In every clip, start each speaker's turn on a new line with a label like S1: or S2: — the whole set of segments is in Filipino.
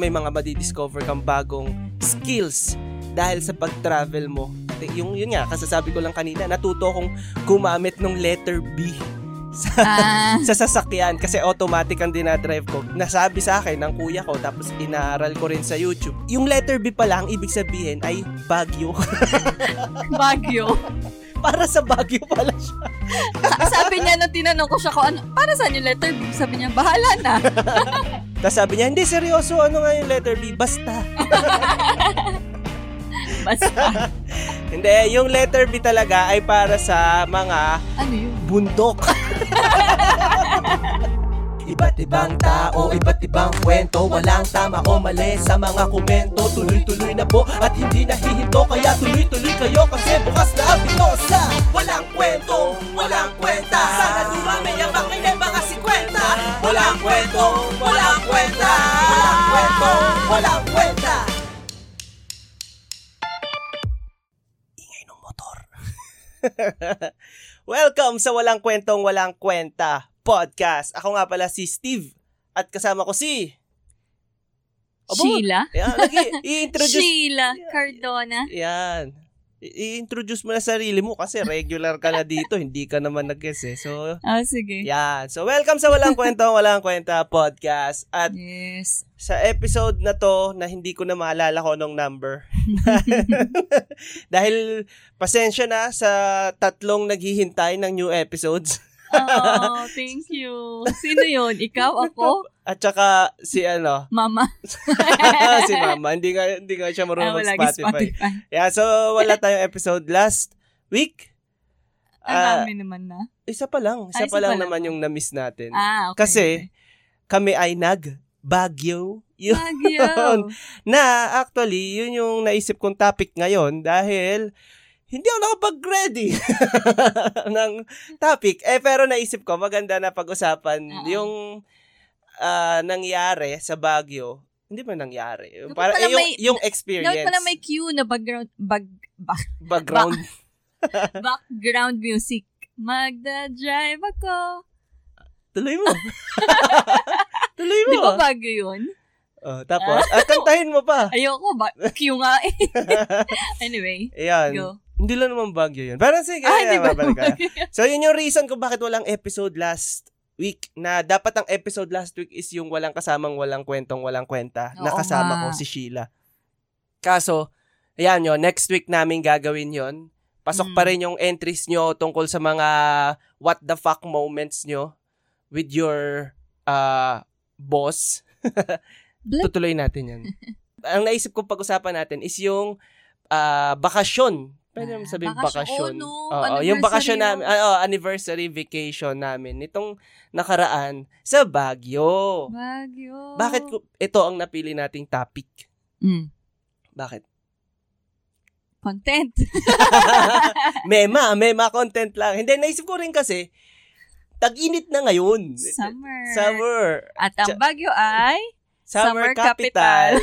S1: may mga madidiscover kang bagong skills dahil sa pag-travel mo. Yung, yun nga, kasasabi ko lang kanina, natuto akong gumamit ng letter B sa,
S2: Ah,
S1: sa sasakyan kasi automatic ang dinadrive ko. Nasabi sa akin ng kuya ko tapos inaaral ko rin sa YouTube. Yung letter B pala, ang ibig sabihin ay Baguio.
S2: Baguio.
S1: Para sa Baguio pala siya.
S2: Sabi niya nung tinanong ko siya kung ano, para saan yung letter B? Sabi niya, bahala na.
S1: Tapos sabi niya, hindi seryoso, ano nga yung letter B? Basta.
S2: Basta,
S1: Hindi, yung letter B talaga ay para sa mga
S2: ano yun?
S1: bundok. Iba't ibang tao, iba't ibang kwento Walang tama o mali sa mga komento Tuloy-tuloy na po at hindi nahihinto Kaya tuloy-tuloy kayo kasi bukas na ang pito sa Walang kwento, walang kwenta Sana dumami ang makinig mga 50 Walang kwento, walang kwenta Walang kwento, walang kwenta Ingay ng motor Welcome sa Walang Kwentong Walang Kwenta podcast. Ako nga pala si Steve at kasama ko si... Aba,
S2: Sheila?
S1: Yan, lagi, i-introduce.
S2: Sheila Cardona.
S1: Yan. I- I-introduce mo na sarili mo kasi regular ka na dito, hindi ka naman nag-guess eh. So,
S2: Ah, sige.
S1: yan. So, welcome sa Walang Kwentong Walang Kwenta podcast. At
S2: Yes.
S1: sa episode na to na hindi ko na maalala ko nung number. Dahil pasensya na sa tatlong naghihintay ng new episodes.
S2: Oh, thank you. Sino yun? Ikaw, ako,
S1: At saka si ano,
S2: mama.
S1: si mama, hindi nga, hindi nga siya
S2: Ah,
S1: marunong
S2: wala
S1: mag Spotify.
S2: Spotify.
S1: Yeah, so wala tayong episode last week.
S2: Ang
S1: Ah,
S2: dami naman na.
S1: isa pa lang,
S2: Ah,
S1: isa
S2: isa
S1: pa lang
S2: pa lang.
S1: naman yung na-miss natin.
S2: Ah, okay.
S1: Kasi, Kami ay nag Baguio. Yun.
S2: Baguio.
S1: Na actually, yun yung naisip kong topic ngayon dahil hindi ako nakapag-ready ng topic. Eh, pero naisip ko, maganda na pag-usapan
S2: Oo.
S1: yung ah, nangyari sa Baguio. Hindi ba nangyari?
S2: Dapat
S1: Para,
S2: pala
S1: eh, yung,
S2: may-
S1: yung
S2: Dapat
S1: experience.
S2: pala may cue na background, bag, bak-
S1: background.
S2: background music. Magda-drive ako.
S1: Tuloy mo. Tuloy mo.
S2: Di ba Baguio yun?
S1: Oh, tapos, ah, kantahin mo pa.
S2: Ayoko, ba- cue nga eh. anyway,
S1: Ayan.
S2: go.
S1: Hindi lang naman Baguio yun. Pero sige,
S2: Ah, di ba?
S1: babalik ka. So, yun yung reason kung bakit walang episode last week na dapat ang episode last week is yung walang kasamang walang kwentong walang kwenta na
S2: Oo
S1: kasama ko
S2: nga.
S1: si Sheila. Kaso, ayan yun, next week namin gagawin yon Pasok
S2: Mm.
S1: pa rin yung entries nyo tungkol sa mga what the fuck moments nyo with your uh, boss.
S2: Blip.
S1: Tutuloy natin yan. ang naisip ko pag-usapan natin is yung ah, bakasyon. Pwede naman
S2: Ah,
S1: sabihin
S2: bakasyon.
S1: bakasyon.
S2: Oo, no.
S1: Oo, yung
S2: Anniversary
S1: bakasyon
S2: yun.
S1: namin, ah, oo, anniversary vacation namin nitong nakaraan sa
S2: Oh.
S1: Baguio.
S2: Baguio.
S1: Bakit ko, ito ang napili nating topic?
S2: Mm.
S1: Bakit?
S2: Content.
S1: mema, mema content lang. Hindi, naisip ko rin kasi, tag-init na ngayon.
S2: Summer.
S1: eh, Summer.
S2: At ang Baguio ay
S1: Summer
S2: Summer
S1: capital.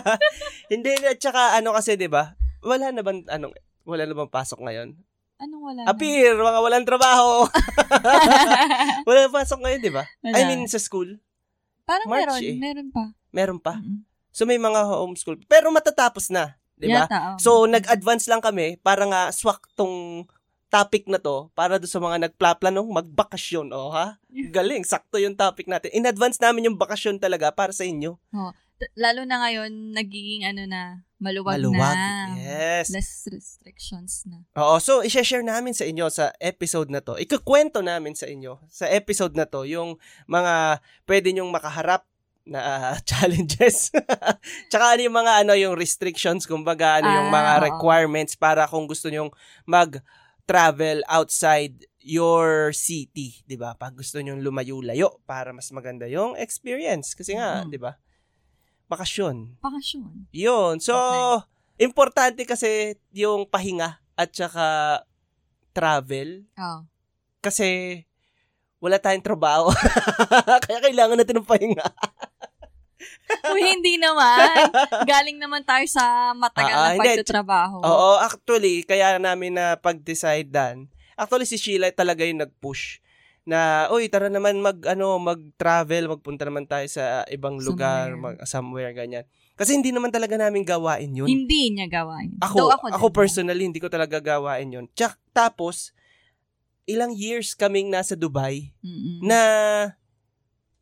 S1: Hindi na, tsaka ano kasi, di ba? Wala na bang, anong, wala na bang pasok ngayon?
S2: anong wala na?
S1: Apir, mga walang trabaho. wala na pasok ngayon, di ba?
S2: Wala.
S1: I mean, sa school,
S2: Parang
S1: March
S2: meron,
S1: eh. Ah,
S2: meron pa.
S1: meron pa.
S2: Mm-mm.
S1: So, may mga homeschool. Pero matatapos na, di ba?
S2: Yata, oh.
S1: diba? So, nag-advance lang kami para nga swak tong topic na to para do sa mga nagplaplanong magbakasyon, oh ha? Galing, sakto yung topic natin. In-advance namin yung bakasyon talaga para sa inyo.
S2: T- Lalo na ngayon, nagiging ano na, maluwag, na.
S1: Yes.
S2: Less restrictions na.
S1: Oo, so i-share namin sa inyo sa episode na to. Ikukwento namin sa inyo sa episode na to yung mga pwede nyong makaharap na ah, challenges. Tsaka ano yung mga ano yung restrictions, kumbaga ano yung
S2: Ah,
S1: mga
S2: oo.
S1: requirements para kung gusto nyong mag-travel outside your city, 'di ba? Pag gusto nyong lumayo-layo para mas maganda yung experience kasi nga,
S2: Mhm.
S1: 'di ba? Bakasyon.
S2: Bakasyon.
S1: Yun. So, importante kasi yung pahinga at saka travel.
S2: Oh.
S1: Kasi wala tayong trabaho. Kaya kailangan natin ng pahinga.
S2: Uy, hindi naman. Galing naman tayo sa matagal
S1: Ah, ah,
S2: na
S1: hindi.
S2: pagtatrabaho.
S1: Oo, actually, kaya namin na pag-decide dan. Actually, si Sheila talaga yung nag-push na uy tara naman mag ano mag-travel magpunta naman tayo sa ibang lugar
S2: Somewhere.
S1: mag, somewhere ganyan kasi hindi naman talaga namin gawain yun
S2: Hindi niya gawain.
S1: ako
S2: Though
S1: ako,
S2: din.
S1: personally hindi ko talaga gawain yun Tsak, tapos ilang years kaming nasa Dubai
S2: Mm-mm.
S1: na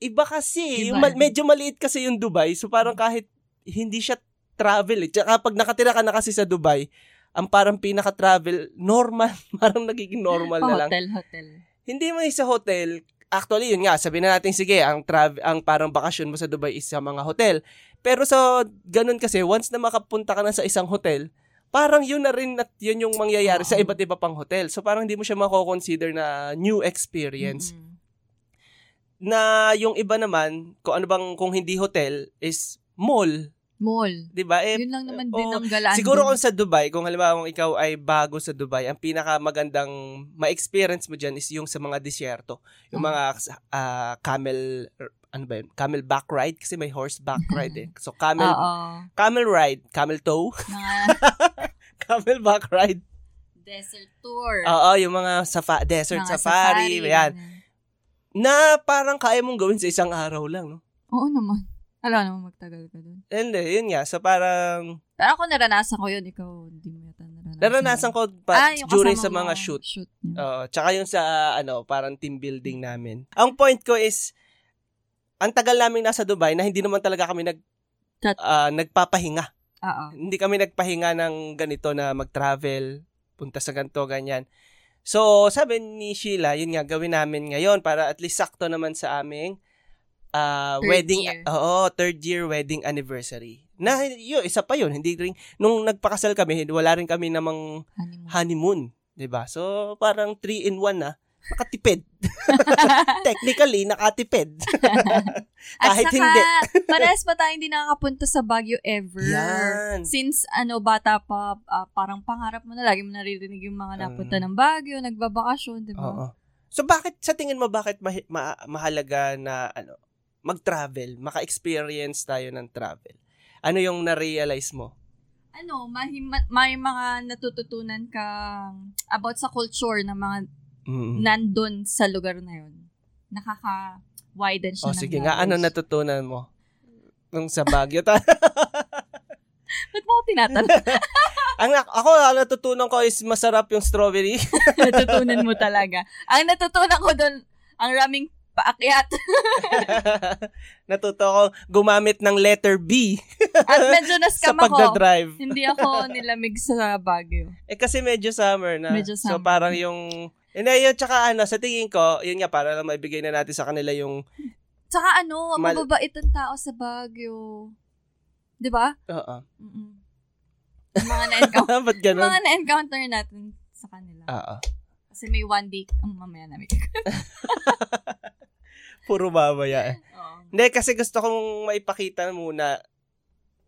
S1: iba kasi
S2: Mm-hmm. Iba. Mm-hmm.
S1: Yung ma- medyo maliit kasi yung Dubai so parang kahit hindi siya travel eh. Tsaka pag nakatira ka na kasi sa Dubai ang parang pinaka-travel normal parang nagiging normal na lang
S2: hotel, hotel.
S1: hindi mo sa hotel. Actually, yun nga, sabihin na natin, sige, ang, trav- ang parang bakasyon mo sa Dubai is sa mga hotel. Pero sa ganun kasi, once na makapunta ka na sa isang hotel, parang yun na rin at yun yung mangyayari sa
S2: Oo.
S1: iba't iba pang hotel. So parang hindi mo siya mako-consider na new experience.
S2: Mm-mm.
S1: Na yung iba naman, kung ano bang kung hindi hotel is mall,
S2: Mall.
S1: 'di ba? Eh
S2: Yun lang naman din
S1: oo.
S2: ang galaan.
S1: Siguro
S2: dun.
S1: kung sa Dubai, kung halimbawa kung ikaw ay bago sa Dubai, ang pinakamagandang ma-experience mo dyan is yung sa mga disyerto. Yung
S2: Mm.
S1: mga ah, camel, er, ano ba yun? Camel back ride kasi may horseback ride eh. So camel,
S2: Oo.
S1: camel ride, camel toe,
S2: Mga
S1: camel back ride.
S2: desert tour.
S1: Oo, yung mga safa- Ah, desert
S2: Mga
S1: safari, yan.
S2: ganun.
S1: Na parang kaya mong gawin sa isang araw lang, no?
S2: Oo naman. Alam naman magtagal ka dun.
S1: Hindi, yun nga. So parang
S2: Pero ako naranasan ko yun. Ikaw, hindi mo yata naranasan. Ah,
S1: naranasan ko pa
S2: yung
S1: during
S2: kasama
S1: sa
S2: mo,
S1: mga shoot.
S2: shoot niyo.
S1: Oo, tsaka yung sa ano, parang team building namin. Ang point ko is ang tagal namin nasa Dubai na hindi naman talaga kami nag
S2: Tat-
S1: ah, nagpapahinga.
S2: Oo.
S1: Hindi kami nagpahinga ng ganito na mag-travel, punta sa ganito, ganyan. So, sabi ni Sheila, yun nga gawin namin ngayon para at least sakto naman sa aming ah,
S2: Third
S1: wedding
S2: year.
S1: oo, third year wedding anniversary. Na yun, isa pa yun, hindi rin nung nagpakasal kami, wala rin kami namang
S2: Honeymoon.
S1: honeymoon, 'di ba? So parang 3 in 1 na, nakatipid. Technically nakatipid.
S2: At
S1: Kahit
S2: saka,
S1: hindi.
S2: parehas pa tayo hindi nakakapunta sa Baguio ever.
S1: Yan.
S2: Since ano bata pa, ah, parang pangarap mo na, lagi mo naririnig yung mga napunta ng Baguio, nagbabakasyon, di ba?
S1: Mm. Oo. So bakit sa tingin mo bakit mahi- ma- mahalaga na ano, mag-travel, maka-experience tayo ng travel? Ano yung na-realize mo?
S2: Ano, may, may mga natututunan kang about sa culture ng mga
S1: Mm.
S2: nandun sa lugar na yun. Nakaka-widen
S1: O
S2: siya ng
S1: sige nga, ano
S2: knowledge.
S1: natutunan mo? Nung sa Baguio. Ta-
S2: Ba't mo ako tinatanong?
S1: ang nak- ako ang natutunan ko is masarap yung strawberry.
S2: natutunan mo talaga. Ang natutunan ko doon, ang raming paakyat.
S1: Natuto ko gumamit ng letter B
S2: At medyo
S1: sa
S2: na-scam ako.
S1: pagdadrive.
S2: Hindi ako nilamig sa Baguio.
S1: Eh kasi medyo summer na.
S2: Medyo
S1: So
S2: summer.
S1: parang yung And yun, tsaka ano, sa tingin ko, yun nga, para lang maibigay na natin sa kanila yung,
S2: Tsaka ano,
S1: Mal-
S2: mababait ang tao sa Baguio. Di ba?
S1: oo,
S2: Mm-mm. Yung mga na-encounter,
S1: ba't
S2: Oh. yung mga
S1: ganun?
S2: na-encounter natin sa kanila.
S1: Oo,
S2: Kasi may one day, ang mamaya namin.
S1: puro babaya eh.
S2: Oo.
S1: Hindi, kasi gusto kong maipakita muna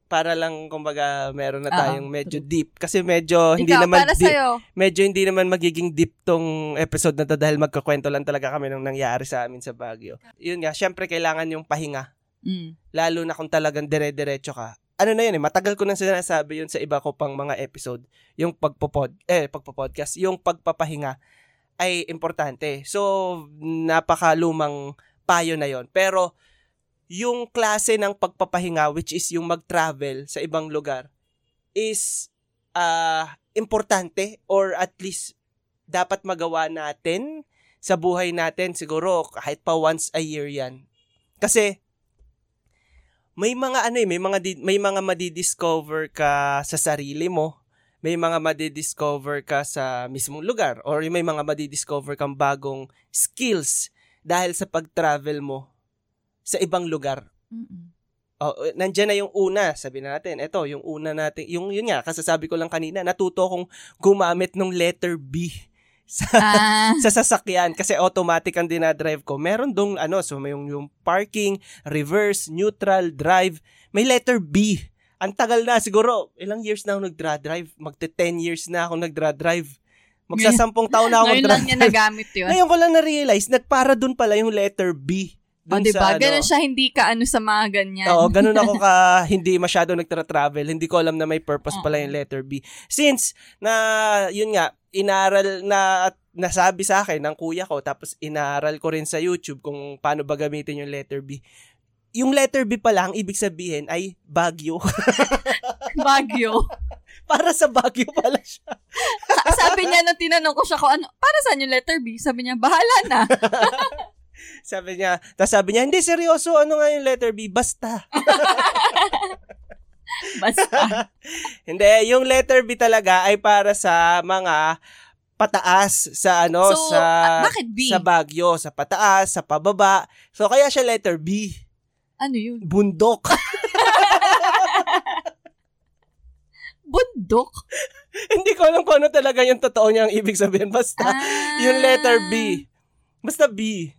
S1: para lang, kumbaga, meron na
S2: Oo,
S1: tayong medyo deep. Kasi medyo, hindi
S2: Ah, Ikaw,
S1: naman
S2: para
S1: deep.
S2: sa'yo.
S1: medyo hindi naman magiging deep tong episode na to dahil magkakwento lang talaga kami ng nangyari sa amin sa Baguio. Yun nga, syempre kailangan yung pahinga,
S2: Mm.
S1: lalo na kung talagang dire-diretso ka. Ano na yun eh, matagal ko nang sinasabi yun sa iba ko pang mga episode, yung pagpopod, eh, pagpopodcast, yung pagpapahinga ay importante. So, napakalumang payo na yon Pero, yung klase ng pagpapahinga, which is yung mag-travel sa ibang lugar, is ah, importante or at least dapat magawa natin sa buhay natin. Siguro kahit pa once a year yan. Kasi may mga ano eh, may mga di- may mga madidiscover ka sa sarili mo, may mga madidiscover ka sa mismong lugar or may mga madidiscover kang bagong skills dahil sa pag-travel mo sa ibang lugar
S2: Mm-mm.
S1: Oh, nandiyan na yung una, sabi na natin. Ito, yung una natin, yung yun nga, kasasabi ko lang kanina, natuto akong gumamit ng letter B sa
S2: Ah,
S1: sa sasakyan kasi automatic ang dinadrive ko. Meron dong ano, so may yung, yung parking, reverse, neutral, drive, may letter B. Ang tagal na siguro, ilang years na ako nagdra-drive? Magte 10 years na ako nagdra-drive. Magsasampung taon na ako
S2: ngayon lang niya
S1: magdra-drive.
S2: nagamit yun.
S1: Ngayon ko lang na-realize, nagpara dun pala yung letter B.
S2: O,
S1: Dun
S2: di
S1: sa,
S2: ba?
S1: ano,
S2: Ganun siya, hindi ka ano sa mga ganyan.
S1: Oo, ganun ako ka hindi masyado nagtra-travel. Hindi ko alam na may purpose pala
S2: Oo.
S1: yung letter B. Since na yun nga, inaral na at nasabi sa akin ng kuya ko, tapos inaral ko rin sa YouTube kung paano ba gamitin yung letter B. Yung letter B pala, ang ibig sabihin ay Baguio.
S2: Bagyo.
S1: Para sa Baguio pala siya.
S2: Sa- sabi niya nung tinanong ko siya kung ano, para saan yung letter B? Sabi niya, bahala na.
S1: Sabi niya, tapos sabi niya, hindi seryoso, ano nga yung letter B? Basta.
S2: Basta.
S1: Hindi, yung letter B talaga ay para sa mga pataas sa ano,
S2: so,
S1: sa...
S2: ah, bakit B?
S1: Sa Baguio, sa pataas, sa pababa. So, kaya siya letter B.
S2: ano yun?
S1: Bundok.
S2: Bundok.
S1: Hindi ko alam kung ano talaga yung totoo niya ang ibig sabihin. Basta,
S2: Ah,
S1: yung letter B. Basta B.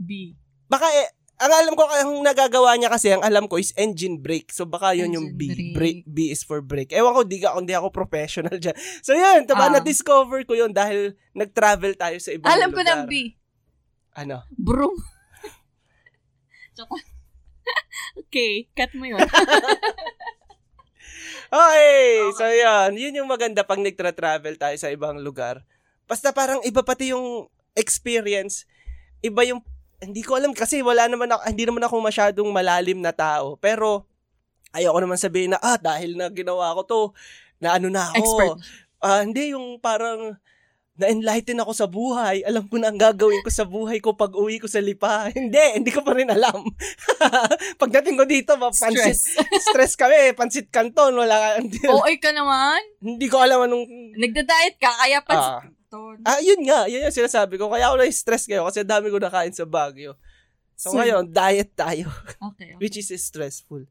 S2: B.
S1: Baka eh, ang alam ko, ang nagagawa niya kasi, ang alam ko is engine brake. So, baka yun yung B.
S2: Engine
S1: Brake. B is for brake. Ewan ko, di, ka, hindi ako professional dyan. So, yun. Taba,
S2: Ah.
S1: na-discover ko yun dahil nag-travel tayo sa ibang
S2: Alam ko
S1: lugar.
S2: ng B.
S1: Ano?
S2: Broom. Joke lang. okay, cut mo yun.
S1: Okay, so yun. Yun yung maganda pag nagtra-travel tayo sa ibang lugar. Basta parang iba pati yung experience. Iba yung, hindi ko alam kasi wala naman ako, hindi naman ako masyadong malalim na tao. Pero, ayoko naman sabihin na, ah, dahil na ginawa ko to, na ano na ako.
S2: Expert.
S1: Ah, hindi, yung parang, na-enlighten ako sa buhay. Alam ko na ang gagawin ko sa buhay ko pag uwi ko sa lipa. Hindi, hindi ko pa rin alam. Pagdating ko dito, mapansin,
S2: Stress.
S1: stress kami, pansit kanton, wala ka. Hindi,
S2: OA ka naman.
S1: hindi ko alam anong...
S2: Nagda-diet ka, kaya pa
S1: Ah. ah, yun nga, yun yung sinasabi ko. Kaya ako na-stress kayo kasi ang dami ko nakain sa Baguio. So
S2: Sure.
S1: ngayon, diet tayo,
S2: Okay. okay.
S1: which is stressful.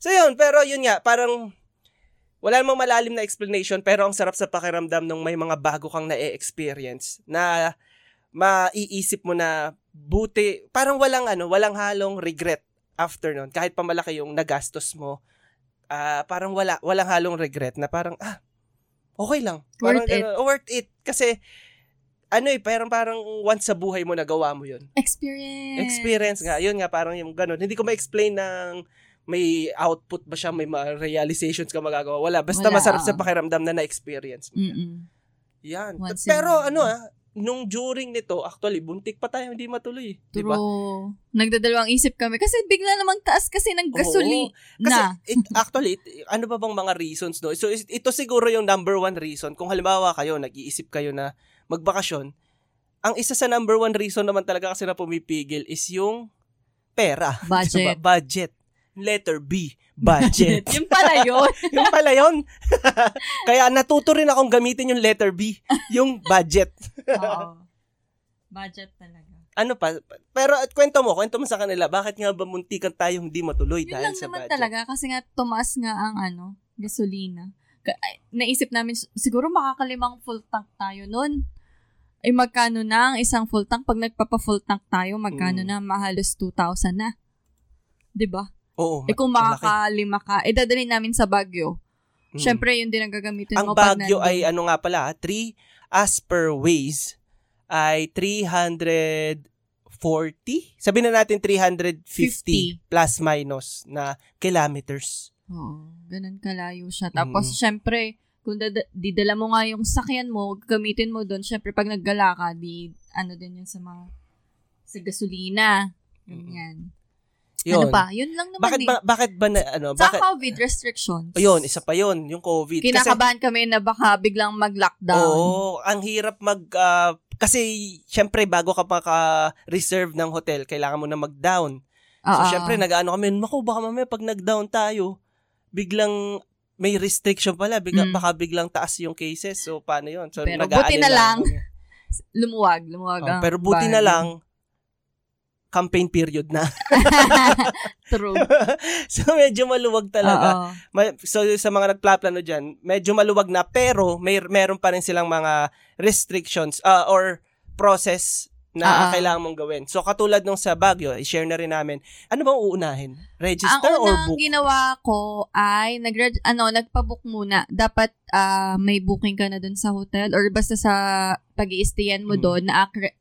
S1: So yun, pero yun nga, parang wala namang malalim na explanation pero ang sarap sa pakiramdam nung may mga bago kang na-experience na maiisip mo na buti, parang walang ano, walang halong regret after nun. Kahit pa malaki yung nagastos mo, ah, parang wala, walang halong regret na parang, ah, okay lang. Parang
S2: Worth it.
S1: ganun. worth it. Kasi, ano eh, parang, parang once sa buhay mo nagawa mo yun.
S2: Experience.
S1: Experience nga, yun nga, parang yung ganun. Hindi ko ma-explain ng may output ba siya, may mga realizations ka magagawa. Wala, basta
S2: Wala,
S1: masarap sa
S2: oo.
S1: pakiramdam na na-experience. mo.
S2: Mm-mm.
S1: Yan.
S2: Once in
S1: Pero
S2: a-
S1: ano ah, nung during nito, actually, buntik pa tayo, hindi matuloy. eh. Di ba?
S2: True. Nagdadalawang isip kami. Kasi bigla namang taas kasi ng
S1: Oo.
S2: gasolina.
S1: Kasi it, actually, it- ano ba bang mga reasons, no? So, is- ito siguro yung number one reason. Kung halimbawa kayo, nag-iisip kayo na magbakasyon, ang isa sa number one reason naman talaga kasi na pumipigil is yung pera.
S2: Budget.
S1: Diba? Budget. Letter B, budget.
S2: Yung pala yun.
S1: yung pala yun. Kaya natuto rin akong gamitin yung letter B, yung budget.
S2: Oo. Budget talaga.
S1: Ano pa? Pero at kwento mo, kwento mo sa kanila, bakit nga ba muntikan tayong di matuloy
S2: Yun
S1: dahil
S2: lang
S1: sa
S2: naman
S1: budget?
S2: talaga kasi nga tumaas nga ang ano, gasolina. Ka- ay, naisip namin s- siguro makakalimang full tank tayo noon. Ay magkano na ang isang full tank pag nagpapa full tank tayo, magkano
S1: Mm.
S2: na mahalos 2,000 na. 'Di ba?
S1: Oo.
S2: Eh kung
S1: malaki.
S2: makakalima ka, eh dadalhin namin sa Baguio.
S1: Mm.
S2: Syempre yun din ang gagamitin
S1: Ang
S2: mo pag
S1: Baguio
S2: nandun.
S1: ay ano nga pala, 3 as per ways ay 340. Sabihin na natin 350
S2: 50.
S1: plus minus na kilometers.
S2: Oo, ganun kalayo siya. Tapos
S1: Mm.
S2: syempre, kung dada- didala mo nga yung sakyan mo, gamitin mo doon, syempre pag naggala ka, di ano din yun sa mga sa gasolina. Ganyan. Ano
S1: Yun.
S2: pa? Yun lang naman
S1: Bakit
S2: eh.
S1: ba, bakit ba na, ano,
S2: sa
S1: bakit?
S2: COVID restrictions.
S1: Yun, isa pa yun, yung COVID. Kasi-
S2: Kinakabahan kami na baka biglang mag-lockdown.
S1: Oo, ang hirap mag ah, kasi syempre bago ka maka-reserve ng hotel, kailangan mo na mag-down. So syempre nag-ano kami, naku baka mamaya pag nag-down tayo, biglang may restriction pala, bigla,
S2: Mm.
S1: baka biglang taas yung cases. So paano 'yon? So
S2: Pero
S1: nag-aalala
S2: buti na lang.
S1: kami.
S2: lumuwag, lumuwag.
S1: Oh,
S2: ang
S1: pero buti na
S2: bahay.
S1: lang campaign period na.
S2: True.
S1: so medyo maluwag talaga.
S2: Oo.
S1: Ma- so sa mga nagplaplano diyan, medyo maluwag na pero may meron pa rin silang mga restrictions ah, or process na
S2: Ah, ah.
S1: kailangan mong gawin. So katulad nung sa Baguio, i-share na rin namin. Ano bang uunahin?
S2: Ang
S1: Register or
S2: unang
S1: book?
S2: ginawa ko ay nag ano, nagpa-book muna. Dapat ah, may booking ka na dun sa hotel or basta sa pag i mo
S1: Mm.
S2: doon na accre-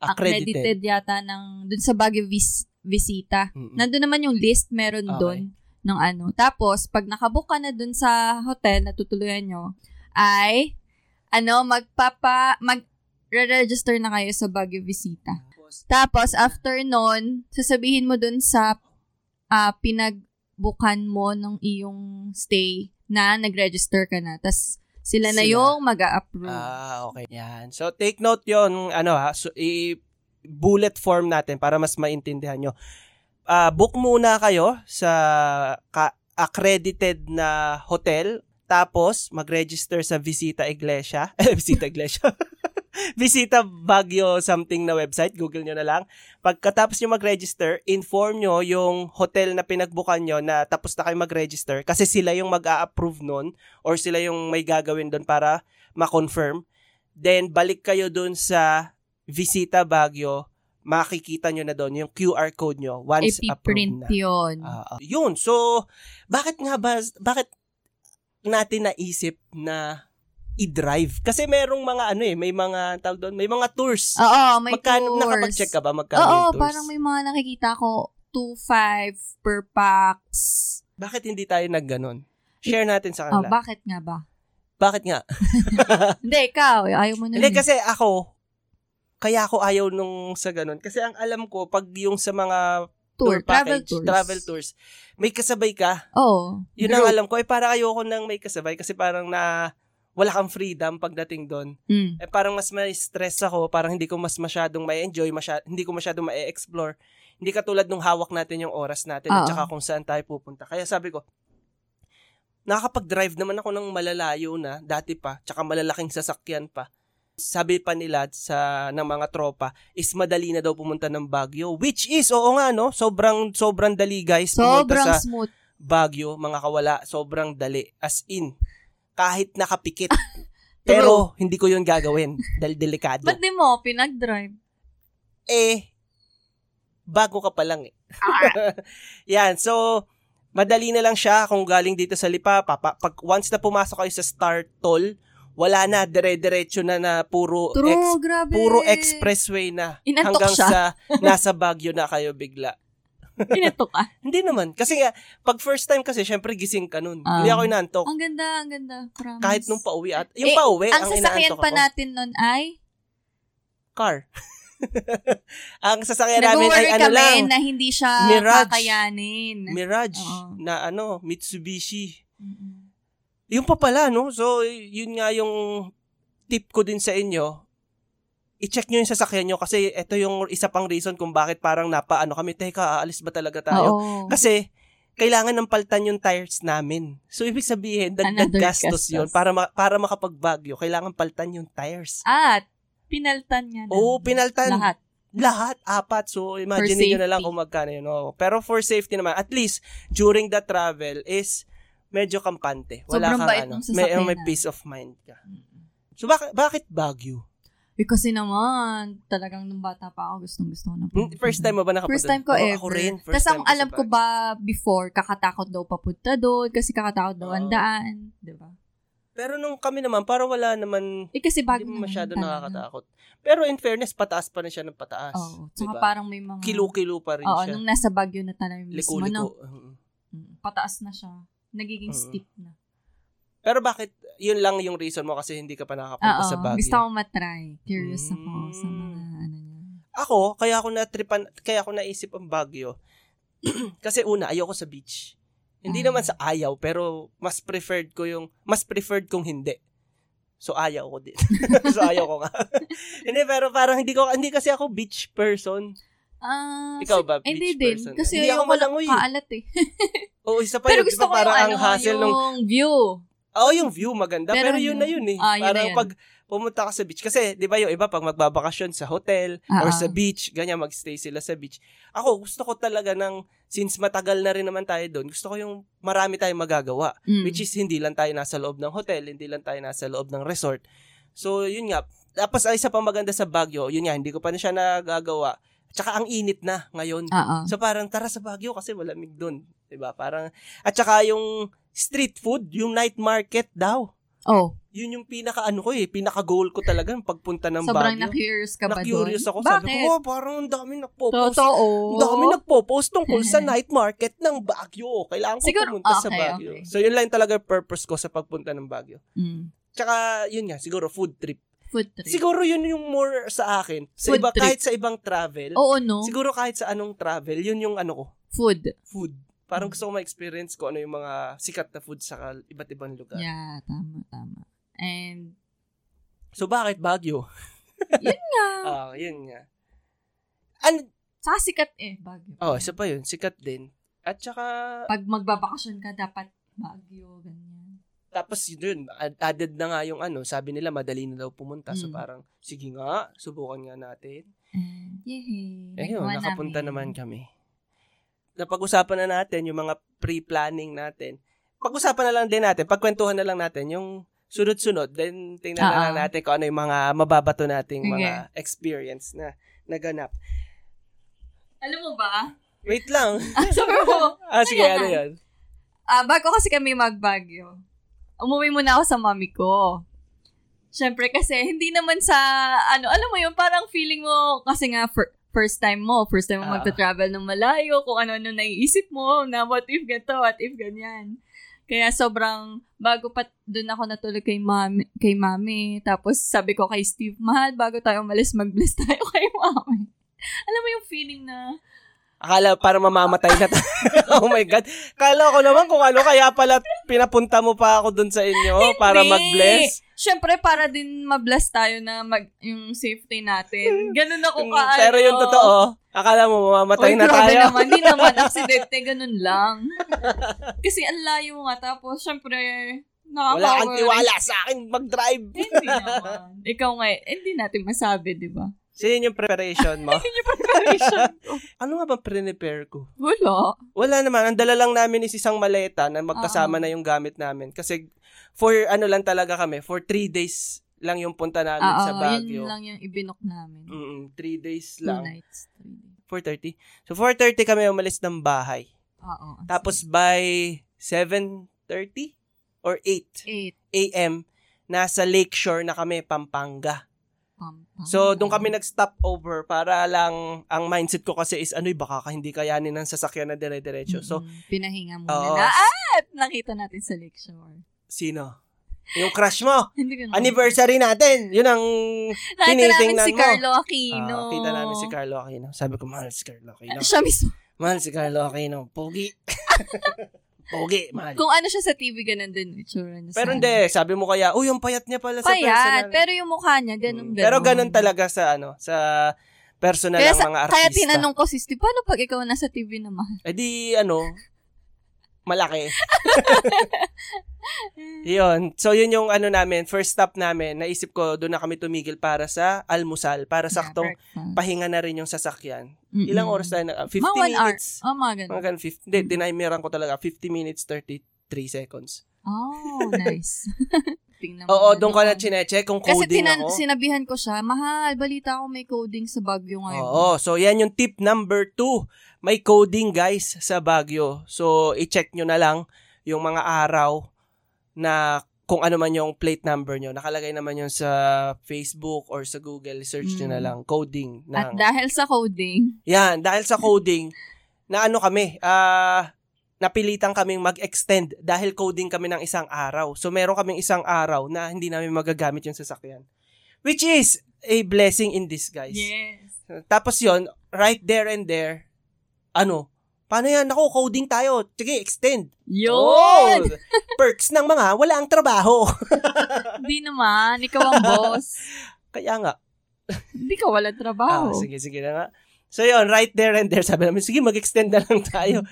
S1: Accredited.
S2: accredited yata ng dun sa Baguio vis- Visita.
S1: Mm-mm.
S2: Nandun naman yung list meron
S1: Okay.
S2: doon ng ano. Tapos pag nakabook ka na dun sa hotel na tutuluyan nyo ay ano magpapa mag re-register na kayo sa Baguio Visita. Tapos, after nun, sasabihin mo dun sa ah, pinagbukan mo ng iyong stay na nag-register ka na. Tapos, sila
S3: Sila.
S2: na yung mag approve
S1: Ah, okay. Yan. So, take note yon ano ha, so, i- bullet form natin para mas maintindihan nyo. Ah, book muna kayo sa ka- accredited na hotel, tapos mag-register sa Visita Iglesia, eh, Visita Iglesia, Visita Baguio something na website, Google nyo na lang. Pagkatapos nyo mag-register, inform nyo yung hotel na pinagbukan nyo na tapos na kayo mag-register kasi sila yung mag-a-approve nun or sila yung may gagawin doon para ma-confirm. Then, balik kayo dun sa Visita Baguio. Makikita nyo na doon yung QR code nyo once
S2: ipiprint
S1: approved na.
S2: yun.
S1: Ah, ah. yun. So, bakit nga ba, bakit natin naisip na i-drive? Kasi merong mga ano eh, may mga, tawag doon, may mga tours.
S2: Oo, may
S1: magkano,
S2: tours.
S1: nakapag-check ka ba? Magkano
S2: Oo,
S1: yung tours?
S2: parang may mga nakikita ko, 2.5 per packs.
S1: Bakit hindi tayo nagganon? Share natin sa
S2: Oh,
S1: kanila.
S2: bakit nga ba? Hmm.
S1: bakit nga?
S2: Hindi, ikaw. Ayaw mo na.
S1: Hindi,
S2: yun.
S1: kasi ako, kaya ako ayaw nung sa ganun. Kasi ang alam ko, pag yung sa mga tour,
S2: travel
S1: package,
S2: tours.
S1: travel tours, may kasabay ka.
S2: Oo.
S1: Yun ang alam ko. Eh, para ayoko nang may kasabay kasi parang na wala kang freedom pagdating doon.
S2: Mm.
S1: Eh, parang mas may stress ako. Parang hindi ko mas masyadong may enjoy. Masya- hindi ko masyadong may explore. Hindi katulad nung hawak natin yung oras natin at
S2: Oo.
S1: saka kung saan tayo pupunta. Kaya sabi ko, nakakapag-drive naman ako ng malalayo na dati pa, tsaka malalaking sasakyan pa. Sabi pa nila sa ng mga tropa is madali na daw pumunta ng Baguio which is oo nga no sobrang sobrang dali guys pumunta
S2: Sobrang
S1: sa
S2: smooth.
S1: Baguio, mga kawala, sobrang dali. As in, kahit nakapikit. pero hindi ko yun gagawin dahil delikado.
S2: Ba't di mo pinag-drive?
S1: eh, bago ka pa lang eh. Yan, so, madali na lang siya kung galing dito sa Lipa. Papa, pag once na pumasok kayo sa Star Toll, wala na, dire-diretso na na puro
S2: True,
S1: ex-
S2: grabe.
S1: puro expressway na.
S2: Inantok
S1: hanggang
S2: siya.
S1: sa nasa Baguio na kayo bigla.
S2: Inantok Ah, ka.
S1: Hindi naman. Kasi nga, pag first time kasi, syempre gising ka nun. Hindi
S2: Ah.
S1: ako inantok.
S2: Ang ganda, ang ganda. Promise.
S1: Kahit nung pauwi at yung
S2: Eh,
S1: pauwi
S2: Ang
S1: ang,
S2: sasakyan
S1: inaantok
S2: pa
S1: ako.
S2: natin nun ay
S1: car. ang sasakyan namin ay
S2: nag-order
S1: ano
S2: kami
S1: lang,
S2: na hindi siya
S1: Mirage.
S2: kakayanin.
S1: Mirage
S2: Oo.
S1: na ano, Mitsubishi.
S2: Mm-mm.
S1: Yung pa pala, no? So, yun nga yung tip ko din sa inyo. I-check nyo yung sasakyan nyo kasi ito yung isa pang reason kung bakit parang napaano kami, teka, aalis ba talaga tayo?
S2: Oo.
S1: Kasi, kailangan ng paltan yung tires namin. So, ibig sabihin, dagdag
S2: Another
S1: gastos,
S2: gastos.
S1: yun para, ma- para makapagbagyo. Kailangan paltan yung tires.
S2: At, pinaltan niya na.
S1: Oo, pinaltan.
S2: Lahat.
S1: Lahat, apat. So, imagine niyo
S2: For
S1: na lang
S2: safety.
S1: kung magkano yun. Oo. Pero for safety naman, at least during the travel is medyo kampante. Wala
S2: Sobrang
S1: kang
S2: bait
S1: ano.
S2: ng
S1: May,
S2: sasakyan,
S1: may
S2: ah.
S1: peace of mind ka. So, bak- bakit Baguio?
S2: Eh, kasi naman, talagang nung bata pa ako, gustong gusto ko na.
S1: Hmm, First time mo ba nakapunta?
S2: First time
S1: Oo,
S2: ko ever.
S1: Ako rin. First
S2: Tapos ang
S1: time sa
S2: alam ko
S1: Baguio.
S2: ba before, kakatakot daw papunta doon kasi kakatakot daw ang
S1: Oo.
S2: daan. Di ba?
S1: Pero nung kami naman, para wala naman,
S2: Eh kasi bago
S1: hindi mo
S2: naman
S1: masyado
S2: talaga.
S1: nakakatakot. Pero in fairness, pataas pa rin siya ng pataas.
S2: Oo. Tsaka
S1: Diba?
S2: parang may mga...
S1: Kilo-kilo pa rin
S2: Oo,
S1: siya.
S2: nung nasa Baguio na talaga mismo, no?
S1: Liko-liko. Mhm.
S2: Mm, Pataas na siya.
S1: Mm.
S2: Nagiging steep na.
S1: Pero bakit, yun lang yung reason mo kasi hindi ka pa nakapunta
S2: Oo.
S1: sa Baguio.
S2: Gusto ko matry. Curious ako sa
S1: Mm.
S2: mga ano niya.
S1: ako, kaya ako natripan, kaya ako naisip ang Baguio. Kasi una, ayoko sa beach. Hindi
S2: Ah.
S1: naman sa ayaw, pero mas preferred ko yung, mas preferred kung hindi. So, ayaw ko din. so, ayaw ko nga. hindi, pero parang hindi ko, hindi kasi ako beach person.
S2: Ah,
S1: Ikaw
S2: sig-
S1: ba,
S2: eh,
S1: beach
S2: Hindi din.
S1: person?
S2: Kasi
S1: Hindi ako
S2: ayoko lang
S1: malangoy.
S2: kaalat eh.
S1: Oo, isa pa
S2: Pero
S1: yun, di
S2: gusto
S1: ba,
S2: ko
S1: parang
S2: yung,
S1: ang
S2: ano,
S1: hassle nung,
S2: yung view.
S1: oo, yung view maganda, pero,
S2: Pero
S1: yun
S2: yun.
S1: na yun eh.
S2: Ah, yun na
S1: parang
S2: yun.
S1: pag pumunta ka sa beach, kasi di ba yung iba, pag magbabakasyon sa hotel, or
S2: Ah,
S1: sa
S2: ah.
S1: beach, ganyan magstay sila sa beach. Ako gusto ko talaga ng since matagal na rin naman tayo doon, gusto ko yung marami tayong magagawa,
S2: Mm.
S1: which is hindi lang tayo nasa loob ng hotel, hindi lang tayo nasa loob ng resort. So yun nga, tapos ay, isa pang maganda sa Baguio, yun nga hindi ko pa na siya nagagawa. Tsaka ang init na ngayon.
S2: Ah, ah.
S1: So parang tara sa Baguio kasi malamig doon, 'di ba? Parang at tsaka yung street food, yung night market daw.
S2: Oh,
S1: Yun yung pinaka ano ko eh, pinaka goal ko talaga yung pagpunta ng
S2: sobrang
S1: Baguio
S2: na-curious ka ba doon?
S1: na-curious ako.
S2: Bakit?
S1: Sabi ko, oh, parang ang dami nagpo-post.
S2: Totoo.
S1: Ang dami nagpo-post tungkol sa night market ng Baguio. Kailangan ko
S2: Siguro-
S1: pumunta sa
S2: okay,
S1: Baguio.
S2: okay.
S1: So, yun lang talaga yung purpose ko sa pagpunta ng Baguio.
S2: Mm.
S1: Tsaka, yun nga, siguro food trip.
S2: Food trip.
S1: Siguro yun yung more sa akin. Sa
S2: Food
S1: iba,
S2: trip.
S1: kahit sa ibang travel.
S2: Oo, no?
S1: Siguro kahit sa anong travel, yun yung ano ko,
S2: Food.
S1: food. Parang gusto ko ma-experience ko ano yung mga sikat na food sa kal- iba't ibang lugar.
S2: Yeah, tama, tama. And,
S1: So bakit Baguio?
S2: yun nga.
S1: Ah, yun nga. An
S2: Saka sikat eh, Baguio.
S1: oh, isa pa yun, sikat din. At saka
S2: Pag magbabakasyon ka, dapat Baguio, ganyan.
S1: Tapos yun, dun, ad- added na nga yung ano, sabi nila madali na daw pumunta. So
S2: Mm.
S1: parang, sige nga, subukan nga natin.
S2: And, yehey.
S1: Eh yun,
S2: nagawa
S1: nakapunta naman kami.
S2: namin.
S1: Napag-usapan na natin yung mga pre-planning natin. Pag-usapan na lang din natin, pagkwentuhan na lang natin yung sunod-sunod. Then tingnan na
S2: Oo.
S1: lang natin kung ano yung mga mababato nating mga
S2: Okay.
S1: experience na naganap.
S2: Alam mo ba?
S1: Wait lang.
S2: Ah, sabi mo,
S1: ah, sige,
S2: Ayan
S1: ano
S2: na.
S1: yun?
S2: Ah, bago kasi kami mag-Baguio, umuwi muna ako sa mami ko. Siyempre kasi, hindi naman sa, ano, alam mo yun, parang feeling mo, kasi nga, fir- first time mo, first time mo
S1: Ah.
S2: magta-travel ng malayo, kung ano-ano naiisip mo, na what if ganito, what if ganyan. Kaya sobrang, bago pa doon ako natulog kay mami, kay mami, tapos sabi ko kay Steve, mahal, bago tayo umalis, mag-bless tayo kay mami. alam mo yung feeling na,
S1: Akala para mamamatay na tayo. oh my God. Kala ko naman kung ano, kaya pala pinapunta mo pa ako dun sa inyo para
S2: Hindi.
S1: mag-bless.
S2: Siyempre, para din mabless tayo na mag, yung safety natin. Ganun ako
S1: Mm,
S2: ka. ano,
S1: Pero yung totoo, akala mo mamamatay na tayo.
S2: naman. Hindi naman. Aksidente. Ganun lang. Kasi ang layo nga. Tapos, siyempre,
S1: Wala
S2: nakaka-worry.
S1: kang tiwala sa akin mag-drive.
S2: Hindi naman. Ikaw nga, eh, hindi natin masabi, di ba?
S1: So yun yung preparation mo.
S2: Yun yung preparation.
S1: ano nga bang prepare ko?
S2: Wala.
S1: Wala naman. Ang dala lang namin is isang maleta na magkasama
S2: Oo.
S1: na yung gamit namin. Kasi for ano lang talaga kami, for three days lang yung punta namin
S2: Oo,
S1: sa Baguio.
S2: Ah, yun lang yung ibinok namin.
S1: Mm, three days
S2: Two
S1: lang.
S2: nights. three days.
S1: 4.30. So 4.30 kami umalis ng bahay.
S2: Oo. ang
S1: Tapos by 7.30 or 8
S2: Eight.
S1: a.m., nasa lakeshore na kami, Pampanga.
S2: Pampanga.
S1: So, doon kami nag-stop over para lang, ang mindset ko kasi is, ano'y baka ka- hindi kayanin ng sasakyan na dire-diretso. So,
S2: Mm-mm. Mm, Pinahinga muna
S1: Oo.
S2: na. Ah! At nakita natin sa lecture.
S1: sino? Yung crush mo!
S2: Hindi ko na-
S1: Anniversary natin! Yun ang
S2: Nakita namin
S1: Tinitingnan
S2: si
S1: mo.
S2: Carlo
S1: Ah,
S2: Aquino.
S1: kita namin si Carlo Aquino. Sabi ko, mahal si Carlo Aquino.
S2: Siya mismo.
S1: Mahal si Carlo Aquino. Pogi. Pogi, mahal.
S2: Kung ano siya sa TV, ganun din. yung Itsura niya
S1: Pero
S2: sa-
S1: hindi, sabi mo kaya, uy, ang payat niya pala sa personal.
S2: Payat. Pero yung mukha niya,
S1: Mm.
S2: ganun, ganun.
S1: Pero ganun talaga sa ano, sa personal ng
S2: Kaya, sa,
S1: mga artista.
S2: kaya tinanong ko, Sisti, paano ano pag ikaw nasa TV naman?
S1: Eh di, ano, malaki. yun. So, yun yung ano namin, first stop namin. Naisip ko, doon na kami tumigil para sa almusal, para saktong pahinga na rin yung sasakyan. Ilang oras tayo? Na, 50
S2: Mga one hour.
S1: minutes.
S2: Oh, mga
S1: Mga
S2: ganun.
S1: ganun, 50. Hindi, dinimeran ko talaga. 50 minutes, 33 seconds.
S2: Oh, nice. Tingnan mo
S1: Oo,
S2: na
S1: doon ko na
S2: naman.
S1: chinecheck kung
S2: Kasi
S1: coding
S2: tinan-
S1: ako.
S2: sinabihan ko siya, mahal, balita ko may coding sa Baguio ngayon.
S1: Oo, so yan yung tip number two. May coding guys sa Baguio. So i-check nyo na lang yung mga araw na kung ano man yung plate number nyo. Nakalagay naman yun sa Facebook or sa Google. Search nyo na
S2: Mm.
S1: lang. Coding. Ng...
S2: At dahil sa coding,
S1: yan, dahil sa coding, na ano kami, ah napilitan kaming mag-extend dahil coding kami ng isang araw. So meron kaming isang araw na hindi namin magagamit yung sasakyan. Which is a blessing in disguise.
S2: yes.
S1: Tapos yon right there and there, ano, paano yan? Naku, coding tayo. Sige, extend.
S2: Yun!
S1: Oh! Perks ng mga wala ang trabaho.
S2: Hindi naman, ikaw ang boss.
S1: Kaya nga.
S2: Hindi ka wala
S1: Ah,
S2: trabaho.
S1: sige, sige na nga. So yon right there and there, sabi namin, sige, mag-extend na lang tayo.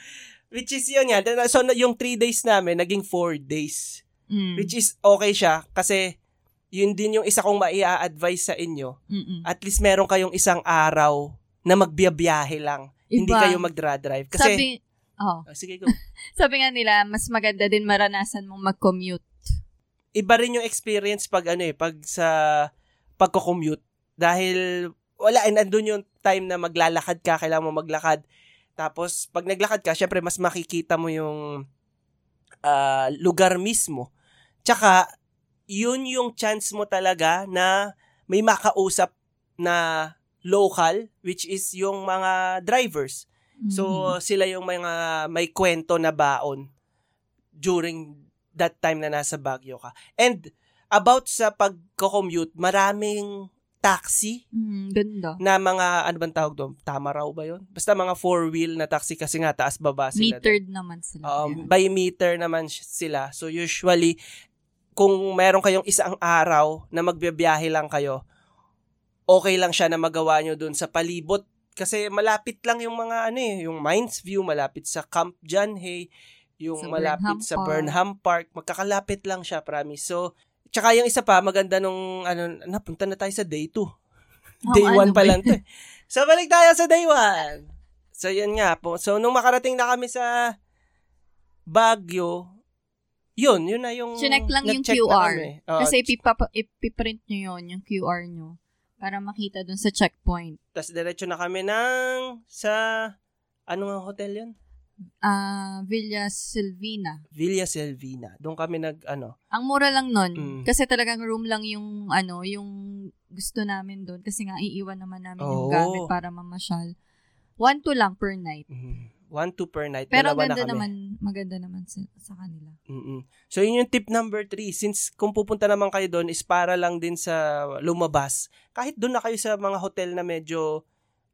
S1: Which is yun yan. So na- yung three days namin, naging four days.
S2: Mm.
S1: Which is okay siya kasi yun din yung isa kong maia-advise sa inyo.
S2: Mm-mm.
S1: At least meron kayong isang araw na magbiyabiyahe lang. Hindi
S2: Iba.
S1: kayo magdra-drive. Kasi,
S2: sabi, oh,
S1: Ah, sige, go.
S2: sabi nga nila, mas maganda din maranasan mong mag-commute.
S1: iba rin yung experience pag ano eh, pag sa pagko-commute dahil wala eh nandun yung time na maglalakad ka, kailangan mo maglakad. Tapos pag naglakad ka, syempre mas makikita mo yung ah, lugar mismo. Tsaka yun yung chance mo talaga na may makausap na local which is yung mga drivers.
S2: Mm.
S1: So, sila yung mga may kwento na baon during that time na nasa Baguio ka. And, About sa pagko-commute, maraming taxi
S2: Mm, ganda.
S1: na mga, ano bang tawag doon? Tama raw ba yun? Basta mga four-wheel na taxi kasi nga taas-baba sila. doon.
S2: Metered naman sila.
S1: Um, by meter naman sh- sila. So usually, kung meron kayong isang araw na magbibiyahe lang kayo, okay lang siya na magawa nyo dun sa palibot. Kasi malapit lang yung mga ano eh, yung Mines View, malapit sa Camp John Hay, yung
S2: Sa
S1: malapit
S2: Burnham
S1: sa
S2: Park.
S1: Burnham Park. Magkakalapit lang siya, promise. So, tsaka yung isa pa, maganda nung, ano, napunta na tayo sa day 2.
S2: Oh,
S1: Day 1
S2: ano
S1: pa
S2: ba
S1: lang
S2: yun?
S1: to. eh. So, balik tayo sa day 1. So, yun nga po. So, nung makarating na kami sa Baguio, yun, yun na yung...
S2: Chinek lang yung
S1: nag-check na
S2: QR.
S1: kami. Oo,
S2: Kasi ipipapa- ipiprint nyo yun, yung QR nyo, para makita dun sa checkpoint.
S1: Tapos, diretso na kami ng sa... Ano nga hotel yun?
S2: Ah, Villa Silvina.
S1: Villa Selvina. Doon kami nag, ano,
S2: Ang mura lang nun.
S1: Mm.
S2: Kasi talagang room lang yung, ano, yung gusto namin doon. Kasi nga, iiwan naman namin
S1: Oo.
S2: yung gamit para mamasyal. One to lang per night.
S1: mm, one, two per night.
S2: Pero
S1: Dalawa
S2: ganda
S1: na kami.
S2: naman, maganda naman sa, sa kanila.
S1: Mm-mm. So, yun yung tip number three. Since kung pupunta naman kayo doon is para lang din sa lumabas. Kahit doon na kayo sa mga hotel na medyo,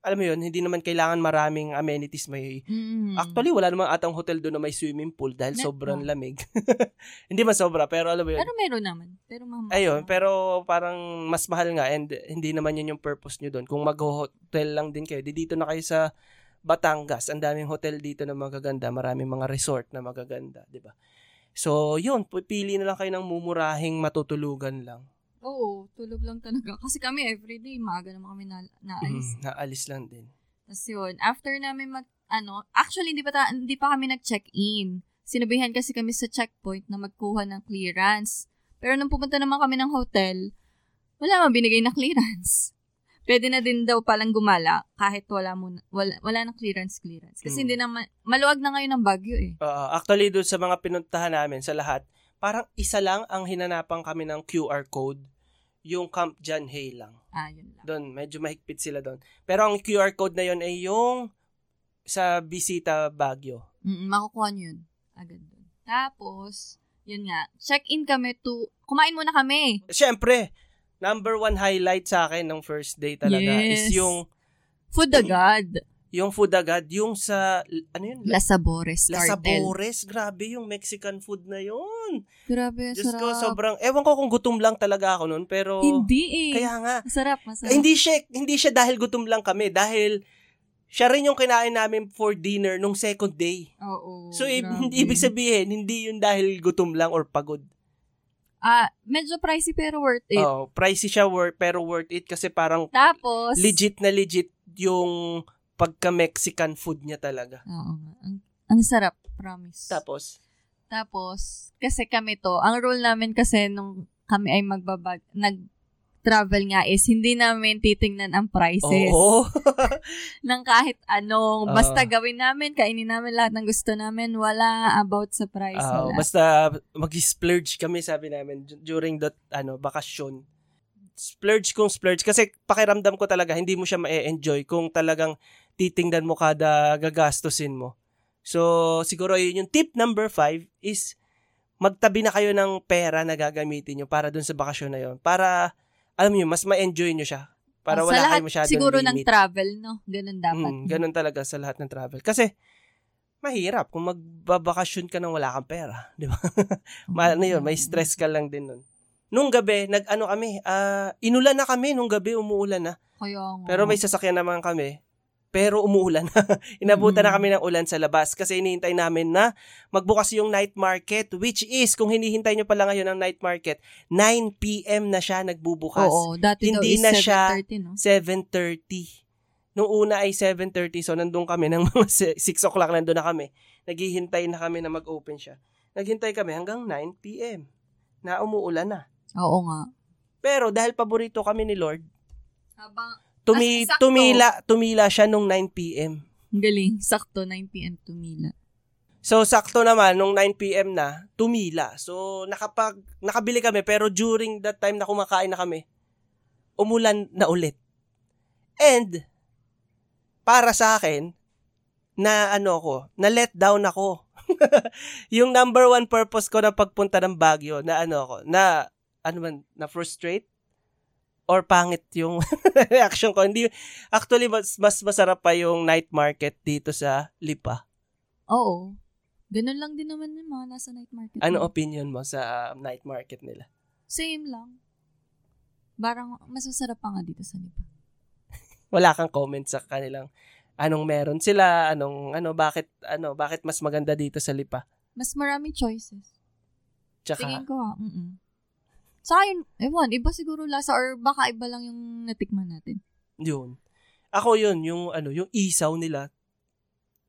S1: alam mo yun, hindi naman kailangan maraming amenities. May,
S2: Mm.
S1: Actually, wala naman atang hotel doon na may swimming pool dahil
S2: Meron.
S1: sobrang lamig. hindi man sobra, pero alam mo yun.
S2: pero meron naman. Pero mama.
S1: Ayun, pero parang mas mahal nga and hindi naman yun yung purpose nyo doon. Kung mag-hotel lang din kayo, di dito na kayo sa Batangas. Ang daming hotel dito na magaganda. Maraming mga resort na magaganda, di ba? So, yun, pipili na lang kayo ng mumurahing matutulugan lang.
S2: Oo, tulog lang talaga. Kasi kami everyday, maaga naman kami na, naalis.
S1: Mhm, Naalis lang din.
S2: Tapos yun, after namin mag, ano, actually, hindi pa, ta- hindi pa kami nag-check-in. Sinabihan kasi kami sa checkpoint na magkuha ng clearance. Pero nung pumunta naman kami ng hotel, wala man binigay na clearance. Pwede na din daw palang gumala kahit wala muna, wala, wala ng clearance clearance. Kasi
S1: Mm.
S2: hindi naman, maluwag na ngayon ng Baguio eh.
S1: Oo, actually, doon sa mga pinuntahan namin, sa lahat, parang isa lang ang hinanapan kami ng QR code, yung Camp John Hay lang.
S2: Ah, yun lang.
S1: Doon, medyo mahigpit sila doon. Pero ang QR code na yon ay yung sa Bisita Baguio.
S2: Mm, makukuha nyo yun. Agad dun. Tapos, yun nga, check-in kami to, kumain muna kami.
S1: Siyempre, number one highlight sa akin ng first day talaga
S2: Yes.
S1: is yung
S2: Food agad.
S1: yung food agad, yung sa, ano yun?
S2: Las Sabores
S1: Las
S2: Cartel.
S1: Sabores. Grabe yung Mexican food na yun.
S2: Grabe,
S1: Diyos
S2: sarap.
S1: ko, sobrang, ewan ko kung gutom lang talaga ako nun, pero,
S2: Hindi eh.
S1: kaya nga,
S2: Masarap, masarap.
S1: hindi siya, hindi siya dahil gutom lang kami, dahil, siya rin yung kinain namin for dinner nung second day.
S2: Oo.
S1: So, i-
S2: grabe.
S1: hindi ibig sabihin, hindi yun dahil gutom lang or pagod.
S2: Ah, medyo pricey pero worth it.
S1: Oh, pricey siya worth, pero worth it kasi parang
S2: Tapos,
S1: legit na legit yung pagka-Mexican food niya talaga.
S2: Oo nga. Ang, ang sarap, promise.
S1: Tapos,
S2: Tapos, kasi kami to, ang rule namin kasi nung kami ay magbabag, nag-travel nga is hindi namin titingnan ang prices
S1: oo. Ah.
S2: ng kahit anong. Basta
S1: Oo.
S2: gawin namin, kainin namin lahat ng gusto namin. Wala about sa price.
S1: Ah,
S2: wala.
S1: basta mag-splurge kami, sabi namin, d- during that, ano, bakasyon. Splurge kung splurge. Kasi pakiramdam ko talaga, hindi mo siya ma-enjoy kung talagang titingnan mo kada gagastusin mo. So, siguro yun yung tip number five is magtabi na kayo ng pera na gagamitin nyo para dun sa bakasyon na yun. Para, alam nyo, mas ma-enjoy nyo siya. Para
S2: Oh, Sa
S1: wala
S2: lahat
S1: kayo masyadong
S2: Siguro
S1: limit.
S2: ng travel, no? Ganun dapat.
S1: Mm, ganun talaga sa lahat ng travel. Kasi, mahirap kung magbabakasyon ka nang wala kang pera. Di ba? Ma- ano yun, may stress ka lang din nun. Nung gabi, nag-ano kami, ah, inulan na kami nung gabi, umuulan na.
S2: Kaya nga.
S1: Pero may sasakyan naman kami, pero umuulan na. Inabutan na
S2: Mm.
S1: kami ng ulan sa labas kasi inihintay namin na magbukas yung night market, which is, kung hinihintay nyo pala ngayon ang night market, 9pm na siya nagbubukas.
S2: Oo, dati daw
S1: Hindi
S2: is
S1: na siya
S2: 7.30, no?
S1: 7.30. Nung una ay 7.30, so nandun kami ng mga si- 6 o'clock, nandun na kami. Naghihintay na kami na mag-open siya. Naghintay kami hanggang 9 p.m. na umuulan na.
S2: Oo nga.
S1: Pero dahil paborito kami ni Lord,
S2: Habang,
S1: tumi-
S2: As in, sakto.
S1: tumila, tumila siya nung 9 p.m.
S2: ang galing, sakto, 9pm tumila.
S1: So, sakto naman, nung 9 p.m. na, tumila. So, nakapag, nakabili kami, pero during that time na kumakain na kami, umulan na ulit. And, para sa akin, na ano ko, na let down ako. yung number one purpose ko na pagpunta ng Baguio, na ano ko, na ano man, na-frustrate? Or pangit yung reaction ko? Hindi, actually, mas, mas masarap pa yung night market dito sa Lipa.
S2: Oo. Ganun lang din naman yung mga nasa night market.
S1: Ano
S2: nila.
S1: opinion mo sa um, night market nila?
S2: Same lang. Barang mas masarap pa nga dito sa Lipa.
S1: Wala kang comment sa kanilang anong meron sila, anong ano bakit ano bakit mas maganda dito sa Lipa.
S2: Mas maraming choices. Tingin
S1: Tsaka
S2: ko ha. Mm-mm. Sa yun, ewan, iba siguro lasa or baka iba lang yung natikman natin.
S1: yun. Ako yun, yung ano, yung isaw nila.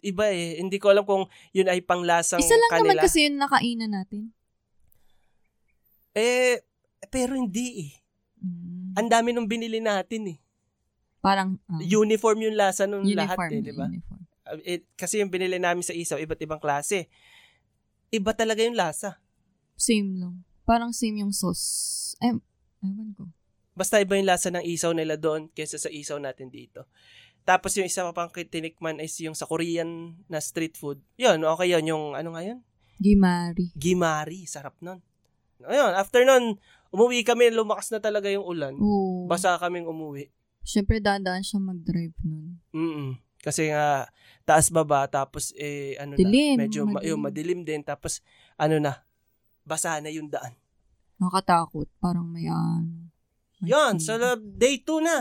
S1: Iba eh. Hindi ko alam kung yun ay panglasang
S2: Isa lang
S1: kanila.
S2: naman kasi yung nakainan natin.
S1: Eh, pero hindi eh.
S2: Mm.
S1: Ang dami nung binili natin eh.
S2: Parang ah,
S1: Uniform yung lasa nung lahat
S2: uniform.
S1: eh, di ba?
S2: uniform.
S1: Uh, it- kasi yung binili namin sa isaw, iba't ibang klase. Iba talaga yung lasa.
S2: Same lang. Parang same yung sauce. Ay, ewan ko.
S1: Basta iba yung lasa ng isaw nila doon kesa sa isaw natin dito. Tapos yung isa pa pang tinikman is yung sa Korean na street food. Yun, okay yun. Yung ano nga yun?
S2: Gimari.
S1: Gimari. Sarap nun. Ayun, after nun, umuwi kami. Lumakas na talaga yung ulan.
S2: Oo.
S1: Basa kaming umuwi.
S2: Siyempre, dadaan siya mag-drive nun.
S1: Mm. Kasi nga taas baba tapos eh ano
S2: Dilim,
S1: na medyo ma-
S2: madilim.
S1: yung madilim din tapos ano na basa na yung daan.
S2: Nakatakot. Parang may ano. may
S1: Yon,
S2: feeling.
S1: so uh, day 2 na.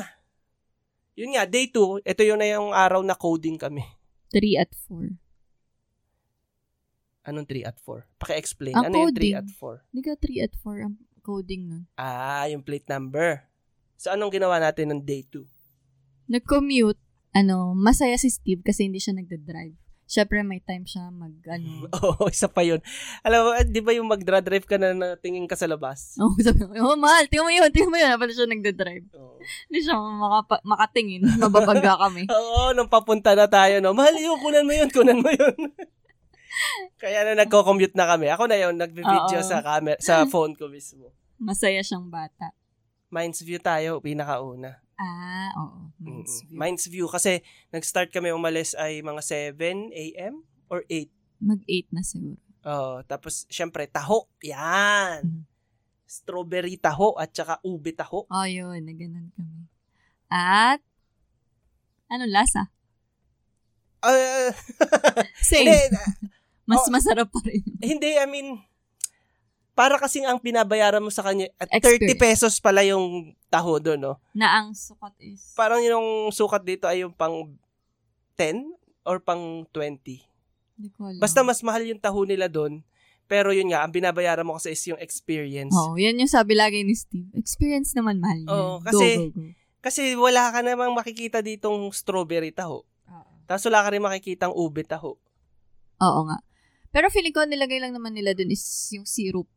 S1: Yun nga, day 2, ito yun na yung araw na coding kami.
S2: Three at four.
S1: Anong 3 at 4? Paki-explain.
S2: Ang
S1: ano yung 3
S2: coding.
S1: at 4?
S2: Hindi ka three at four ang coding nun.
S1: Ah, yung plate number. So anong ginawa natin ng day 2?
S2: Nag-commute. Ano, masaya si Steve kasi hindi siya nagda-drive. Siyempre, may time siya mag, ano.
S1: Oo, isa pa yun. Alam mo, eh, di ba yung mag-drive ka na natingin ka sa labas?
S2: Oo, sabi ko, oh, mahal, tingnan mo yun, tingnan mo yun. Napala siya nagda-drive.
S1: Oo.
S2: Hindi siya makapa- makatingin. Mababangga kami.
S1: Oo, nung papunta na tayo, no? Mahal yun, kunan mo yun, kunan mo yun. Kaya na nagko-commute na kami. Ako na yun, nagbe-video
S2: Oo.
S1: sa, camera, sa phone ko mismo.
S2: Masaya siyang bata.
S1: Minds view tayo, pinakauna.
S2: Ah, oo.
S1: Mm-mm.
S2: Minds view.
S1: Minds view. Kasi nag-start kami umalis ay mga 7 a.m. or 8.
S2: Mag-8 na siguro.
S1: Oh, tapos, syempre, taho. Yan.
S2: Mm.
S1: Strawberry taho at saka ube taho.
S2: Oh, yun. Naganon kami. At, ano, lasa?
S1: Ah, hindi,
S2: Same.
S1: ah,
S2: Eh, Mas
S1: oh.
S2: masarap pa rin.
S1: hindi, I mean, para kasing ang pinabayaran mo sa kanya, at 30
S2: Experience.
S1: pesos pala yung taho doon, no?
S2: Na ang sukat is,
S1: parang yung sukat dito ay yung pang 10 or pang 20.
S2: hindi ko alam.
S1: Basta mas mahal yung taho nila doon. Pero yun nga, ang binabayaran mo kasi is yung experience.
S2: Oo, oh, yan yung sabi lagi ni Steve. Experience naman, mahal niya.
S1: Oo, kasi-
S2: Go, go, go.
S1: Kasi wala ka namang makikita ditong strawberry taho.
S2: Oo.
S1: Tapos wala ka rin makikita ang ube taho.
S2: Oo nga. Pero feeling ko, nilagay lang naman nila dun is yung syrup.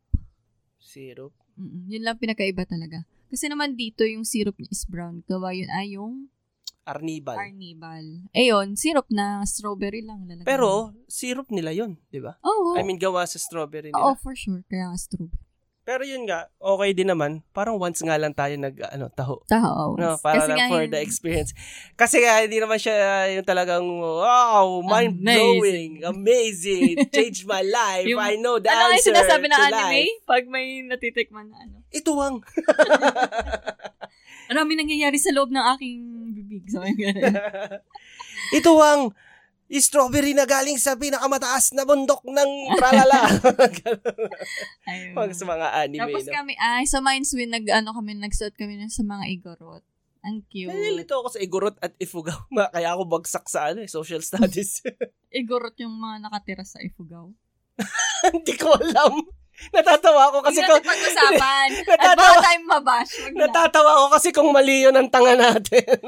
S1: Syrup.
S2: Mm-mm, yun lang pinakaiba talaga. Kasi naman dito, yung syrup niya is brown. Gawa yun ay yung
S1: Arnibal.
S2: carnival. Eh yun, syrup na strawberry lang. Lalagay.
S1: Pero, syrup nila yun, di ba?
S2: oo.
S1: I mean, gawa sa strawberry
S2: Oo,
S1: nila.
S2: for sure. Kaya nga strawberry.
S1: Pero yun nga, okay din naman. Parang once nga lang tayo nag, ano, taho.
S2: Tao.
S1: No, para
S2: Kasi
S1: lang
S2: nga
S1: for
S2: yun,
S1: the experience. Kasi nga, hindi naman siya ah, yung talagang, wow, mind-blowing, amazing, it changed my life,
S2: Yung-
S1: I know the
S2: Ano nga yung
S1: answer
S2: sinasabi ng
S1: to
S2: anime?
S1: life.
S2: Pag may natitikman na ano.
S1: Ito ang,
S2: Marami nangyayari sa loob ng aking bibig. So, ganun.
S1: ito ang strawberry na galing sa pinakamataas na bundok ng tralala.
S2: Ayun.
S1: Pag sa mga anime.
S2: Tapos
S1: no?
S2: kami, ay, sa Mindswin, nag, ano kami, nagsuot kami ng sa mga igorot. Ang cute.
S1: Nalilito ako sa Igorot at Ifugao. Ma- Kaya ako bagsak sa ano, eh, social studies.
S2: Igorot yung mga nakatira sa Ifugao.
S1: Hindi ko alam. Natatawa ako kasi
S2: Kasi
S1: kung,
S2: natin pag-usapan. At
S1: Natatawa.
S2: baka tayo mabash. Wag na.
S1: natatawa ako kasi kung mali yun ang tanga natin.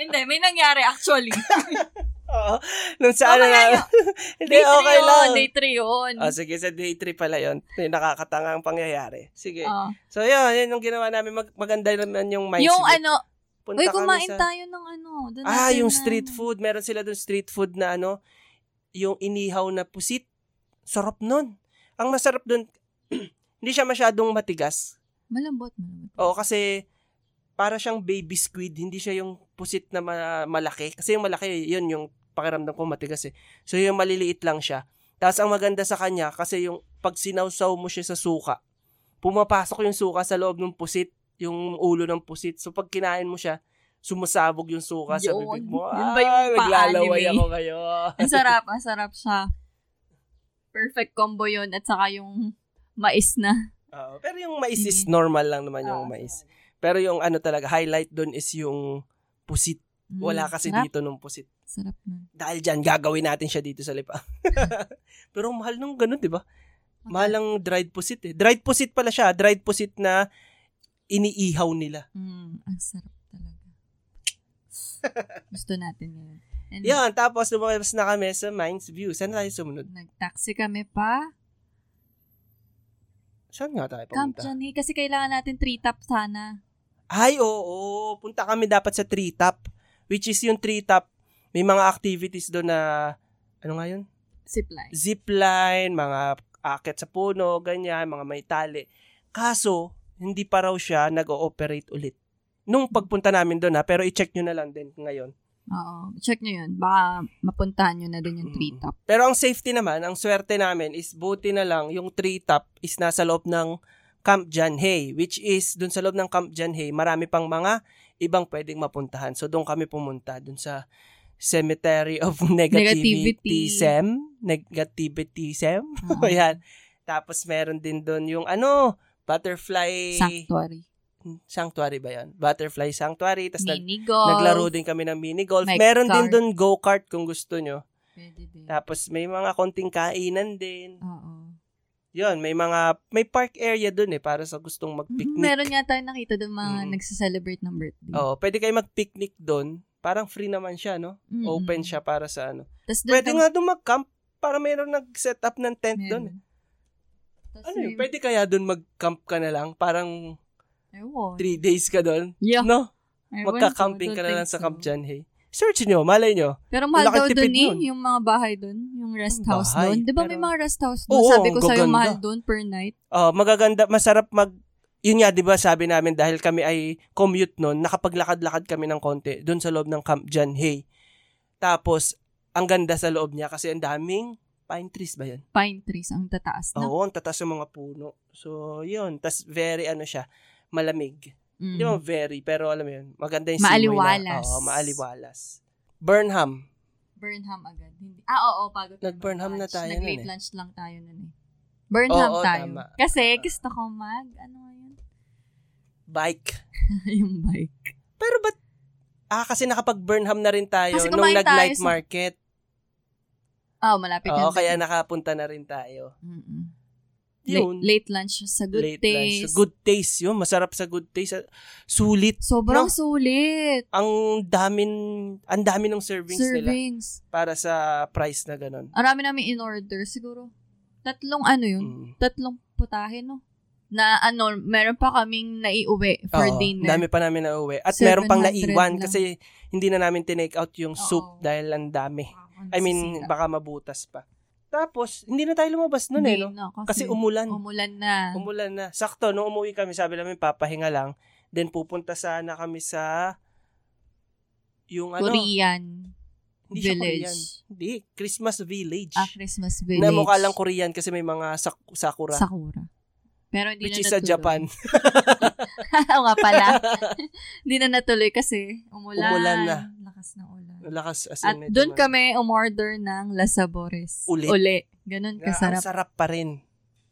S2: Hindi, may nangyari actually.
S1: Oo. Nung sa ano
S2: Mamaya
S1: nga.
S2: yun.
S1: Hindi,
S2: Day 3
S1: okay
S2: yun.
S1: lang.
S2: Day 3 yun.
S1: Oh, sige, sa day 3 pala yun. Ito yung nakakatanga ang pangyayari. Sige.
S2: Oo.
S1: So, yun. Yun yung ginawa namin. Mag- maganda naman yung mindset.
S2: Ah. yung ano,
S1: Punta
S2: uy,
S1: kami
S2: kumain
S1: sa-
S2: tayo ng ano. doon
S1: Ah,
S2: natin
S1: yung
S2: na-
S1: street food. Meron sila dun street food na ano, yung inihaw na pusit. Sarap nun. Ang masarap dun, hindi siya masyadong matigas.
S2: Malambot, malambot.
S1: Oo, kasi para siyang baby squid, hindi siya yung pusit na ma- malaki. Kasi yung malaki, yun yung pakiramdam ko matigas eh. So yung maliliit lang siya. Tapos ang maganda sa kanya, kasi yung pag sinawsaw mo siya sa suka, pumapasok yung suka sa loob ng pusit, yung ulo ng pusit. So pag kinain mo siya, sumasabog yung suka sa
S2: Yun.
S1: bibig mo.
S2: Yun ba yung eh?
S1: Ah, naglalaway
S2: pa-anime?
S1: ako kayo.
S2: Ang sarap, ang sarap siya. Perfect combo yon at saka yung mais na.
S1: Oo, pero yung mais is
S2: Mm.
S1: normal lang naman
S2: Ah,
S1: yung mais. Pero yung ano talaga, highlight doon is yung pusit.
S2: Mm,
S1: Wala kasi
S2: sarap,
S1: dito nung pusit.
S2: Sarap na.
S1: Dahil dyan, gagawin natin siya dito sa lipa. pero ang mahal nung ganun, di ba?
S2: Mm-hmm.
S1: Mahal ang dried pusit eh. Dried pusit pala siya. Dried pusit na iniihaw nila.
S2: Mm, ang sarap talaga. Gusto natin yun. And
S1: Yan, tapos lumabas na kami sa Mines View. Saan tayo sumunod?
S2: nag-taxi kami pa.
S1: Saan nga tayo
S2: Camp
S1: pumunta?
S2: Johnny, kasi kailangan natin three top sana.
S1: Ay, oo. Punta kami dapat sa Tree Top. Which is yung Tree Top, may mga activities doon na, ano nga yun?
S2: Zip line.
S1: Zipline, mga akit sa puno, ganyan, mga may tali. Kaso, hindi pa raw siya nag-ooperate ulit. Nung pagpunta namin doon ha, pero i-check nyo na lang din ngayon.
S2: Oo. Check nyo yun. Baka mapuntahan nyo na dun yung three
S1: Mm.
S2: top.
S1: Pero ang safety naman, ang swerte namin is buti na lang yung tree top is nasa loob ng Camp Janhay, which is doon sa loob ng Camp Janhay, marami pang mga ibang pwedeng mapuntahan. So doon kami pumunta, doon sa Cemetery of Negativity,
S2: Negativity.
S1: Sem. Negativity Sem.
S2: Oo.
S1: Ayan. Tapos meron din doon yung ano, butterfly
S2: Sanctuary.
S1: sanctuary ba yan? Butterfly sanctuary. Tapos nag-
S2: Mini golf.
S1: naglaro din kami ng mini golf.
S2: May
S1: meron din
S2: kart.
S1: doon go-kart kung gusto nyo.
S2: Pwede din.
S1: Tapos may mga konting kainan din.
S2: Oo.
S1: Yun, may mga, may park area doon eh para sa gustong
S2: Mhm,
S1: mag-picnic.
S2: Meron nga tayo nakita doon mga
S1: Mm.
S2: nagsaselebrate ng birthday.
S1: Oo, pwede kayo mag-picnic doon. Parang free naman siya, no?
S2: Mm-mm.
S1: Open siya para sa ano.
S2: Tas doon
S1: Pwede
S2: kami-
S1: nga doon mag-camp para meron nag-set up ng tent
S2: meron.
S1: doon. eh.
S2: Tas
S1: Ano yun?
S2: may-
S1: Pwede kaya doon mag-camp ka na lang? Parang
S2: Ewan.
S1: three days ka doon?
S2: Yeah.
S1: No?
S2: Ewan
S1: Magka-camping ka
S2: ko, don't
S1: na lang
S2: think
S1: sa
S2: so.
S1: Camp Jan Hey. Search nyo, malay nyo.
S2: Pero mahal
S1: Laki
S2: daw
S1: tipid
S2: doon eh,
S1: nun.
S2: yung mga bahay doon, yung rest
S1: Ang
S2: house
S1: bahay,
S2: doon. Di ba may
S1: pero-
S2: mga rest house doon?
S1: Oo,
S2: Sabi ko
S1: ang
S2: sa'yo,
S1: gaganda.
S2: mahal doon per night.
S1: Oh, magaganda, masarap mag... Yun nga, di ba, sabi namin dahil kami ay commute noon, nakapaglakad-lakad kami ng konti doon sa loob ng Camp Jan Hey. Tapos, ang ganda sa loob niya kasi ang daming pine trees ba yun?
S2: Pine trees ang tataas na.
S1: Oo, ang tatas ng mga puno. So, yun. Tapos, very ano siya, malamig.
S2: Mm.
S1: Hindi mo very, pero alam mo yun, maganda yung simoy na.
S2: Maaliwalas.
S1: Oo, maaliwalas. Burnham.
S2: Burnham agad. Hindi. Ah, oo, pagod. na
S1: Nag-Burnham na
S2: mag-lunch.
S1: tayo nun
S2: Nag-late
S1: eh.
S2: lunch lang tayo nun eh. Burnham
S1: Oo,
S2: tayo.
S1: tama.
S2: Kasi gusto ko mag, ano nga yun?
S1: Bike.
S2: yung bike.
S1: Pero ba't, ah, kasi nakapag-Burnham na rin tayo
S2: Kasi
S1: nung
S2: kumain
S1: nag-night
S2: tayo sa-
S1: market.
S2: Ah, malapit
S1: Oo,
S2: na.
S1: kaya nakapunta na rin tayo.
S2: Mm-mm.
S1: Yun.
S2: Late, late lunch sa good
S1: Late lunch.
S2: taste.
S1: Good taste yun. Masarap sa good taste. Sulit. No?
S2: Sobrang sulit.
S1: Ang damin, ang dami ng servings nila
S2: Servings.
S1: para sa price na ganun.
S2: Ang rami namin in order siguro. Tatlong ano yun?
S1: Mm.
S2: Tatlong putahe, no? Na ano, meron pa kaming naiuwi for
S1: Oo,
S2: dinner.
S1: Dami pa namin na uwi. At meron pang
S2: 700
S1: naiwan
S2: lang.
S1: kasi hindi na namin tinake out yung
S2: Oo.
S1: soup dahil ang dami.
S2: Ako,
S1: I mean,
S2: nasisira.
S1: baka mabutas pa. Tapos, hindi na tayo lumabas nun eh,
S2: Hindi Mm.
S1: no?
S2: na,
S1: Kasi umulan.
S2: umulan na.
S1: Umulan na. Sakto, nung umuwi kami, sabi namin, papahinga lang. Then pupunta sana kami sa yung ano,
S2: Korean
S1: hindi siya Korean.
S2: village.
S1: Hindi, Christmas Village.
S2: Ah, Christmas village.
S1: na mukha lang Korean kasi may mga sak- sakura.
S2: Sakura. Pero hindi
S1: which
S2: na
S1: is sa
S2: natuloy.
S1: Japan.
S2: Oo nga pala. Hindi na natuloy kasi umulan.
S1: Umulan na.
S2: Lakas ng ulan.
S1: Lakas as in eh,
S2: At
S1: medyo
S2: doon
S1: ma-
S2: kami umorder ng lasabores.
S1: Uli.
S2: Uli. Ganun
S1: Na, ang
S2: kasarap.
S1: sarap pa rin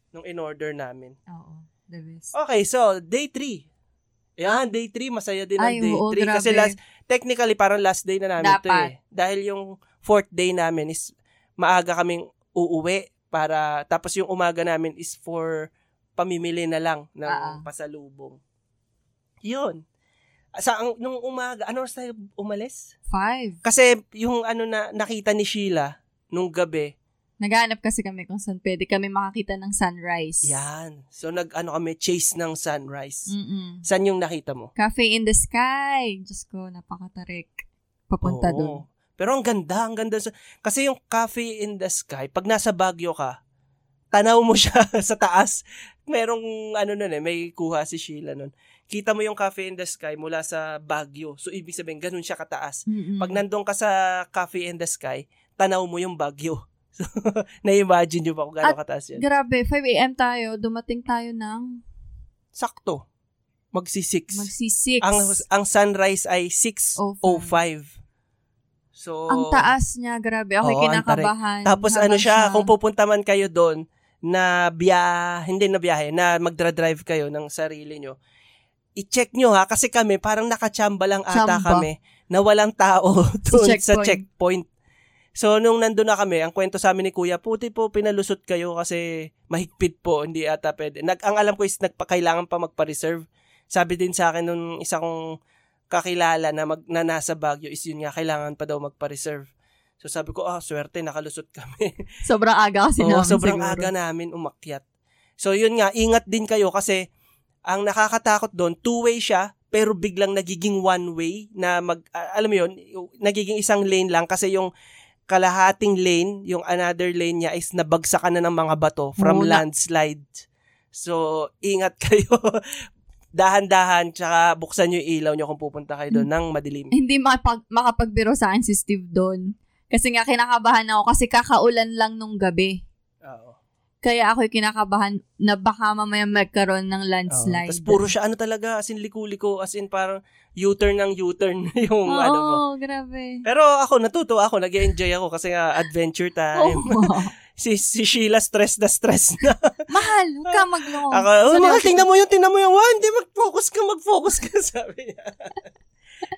S1: nung in-order namin.
S2: Oo. The best.
S1: Okay, so day 3. Yan, day 3. Masaya din ang
S2: Ay,
S1: day
S2: oo,
S1: 3. Kasi
S2: grabe.
S1: last, technically, parang last day na namin to
S2: Dapat.
S1: eh. Dahil yung fourth day namin is maaga kaming uuwi para, tapos yung umaga namin is for pamimili na lang ng
S2: Ah, ah.
S1: pasalubong. Yun. Sa, ang, nung umaga, ano oras tayo umalis?
S2: Five.
S1: Kasi yung ano na nakita ni Sheila nung gabi,
S2: Naghanap kasi kami kung saan pwede kami makakita ng sunrise.
S1: yan. So nag ano kami, chase ng sunrise.
S2: Mm-mm.
S1: San yung nakita mo?
S2: Cafe in the sky. Diyos ko, napakatarek.
S1: Oo.
S2: Papunta doon.
S1: Pero ang ganda, ang ganda. sa- Kasi yung Cafe in the Sky, pag nasa Baguio ka, tanaw mo siya sa taas. Merong ano nun eh, may kuha si Sheila nun. Kita mo yung Cafe in the Sky mula sa Baguio. So, ibig sabihin, ganun siya kataas.
S2: Mm-mm.
S1: Pag nandun ka sa Cafe in the Sky, tanaw mo yung Baguio. So, na-imagine nyo ba kung gano'ng kataas yun?
S2: Grabe, 5 a.m. tayo. Dumating tayo ng
S1: Sakto. Magsi-six.
S2: Magsi 6.
S1: ang, ang sunrise ay 6.05. So,
S2: Oh Ang taas niya, grabe. Ako'y
S1: Oo, ang taray.
S2: kinakabahan.
S1: Tapos ano
S2: habang
S1: siya, kung pupunta man kayo doon, na biya, hindi na biyahe, na magdra-drive kayo ng sarili nyo, i-check nyo ha, kasi kami, parang nakachamba lang ata
S2: Chamba.
S1: kami, na walang tao doon sa
S2: checkpoint.
S1: checkpoint. So, nung nandun na kami, ang kwento sa amin ni Kuya, puti po, pinalusot kayo kasi mahigpit po, hindi ata pwede. Nag, ang alam ko is, nagpakailangan pa magpa-reserve. Sabi din sa akin nung isa kong kakilala na, mag, na nasa Baguio is yun nga, kailangan pa daw magpa-reserve. So sabi ko, ah, swerte, nakalusot kami.
S2: Sobrang aga kasi
S1: Oo,
S2: namin
S1: sobrang
S2: siguro.
S1: aga namin umakyat. So yun nga, ingat din kayo kasi ang nakakatakot doon, two-way siya, pero biglang nagiging one-way na mag, a- alam mo yun, yung- nagiging isang lane lang kasi yung kalahating lane, yung another lane niya is nabagsakan na ng mga bato from
S2: Muna.
S1: landslide. So, ingat kayo. Dahan-dahan, tsaka buksan yung ilaw nyo kung pupunta kayo doon
S2: Hmm.
S1: ng madilim.
S2: Hindi makapag, makapagbiro sa akin si Steve doon. Kasi nga kinakabahan ako kasi kakaulan lang nung gabi.
S1: Oo.
S2: Kaya ako'y kinakabahan na baka mamaya magkaroon ng
S1: Oo.
S2: landslide.
S1: Tapos puro siya ano talaga, as in liko-liko, as in parang U-turn ng U-turn yung
S2: Oo,
S1: ano mo.
S2: grabe.
S1: Pero ako, natuto ako, nag enjoy ako kasi nga adventure
S2: Oo.
S1: time. si, si Sheila stress na stress na.
S2: Mahal, huwag ka maglong.
S1: ako, oh, mahal, tingnan mo yun, tingnan mo yun. Wow, hindi, mag-focus ka, mag-focus ka, sabi niya.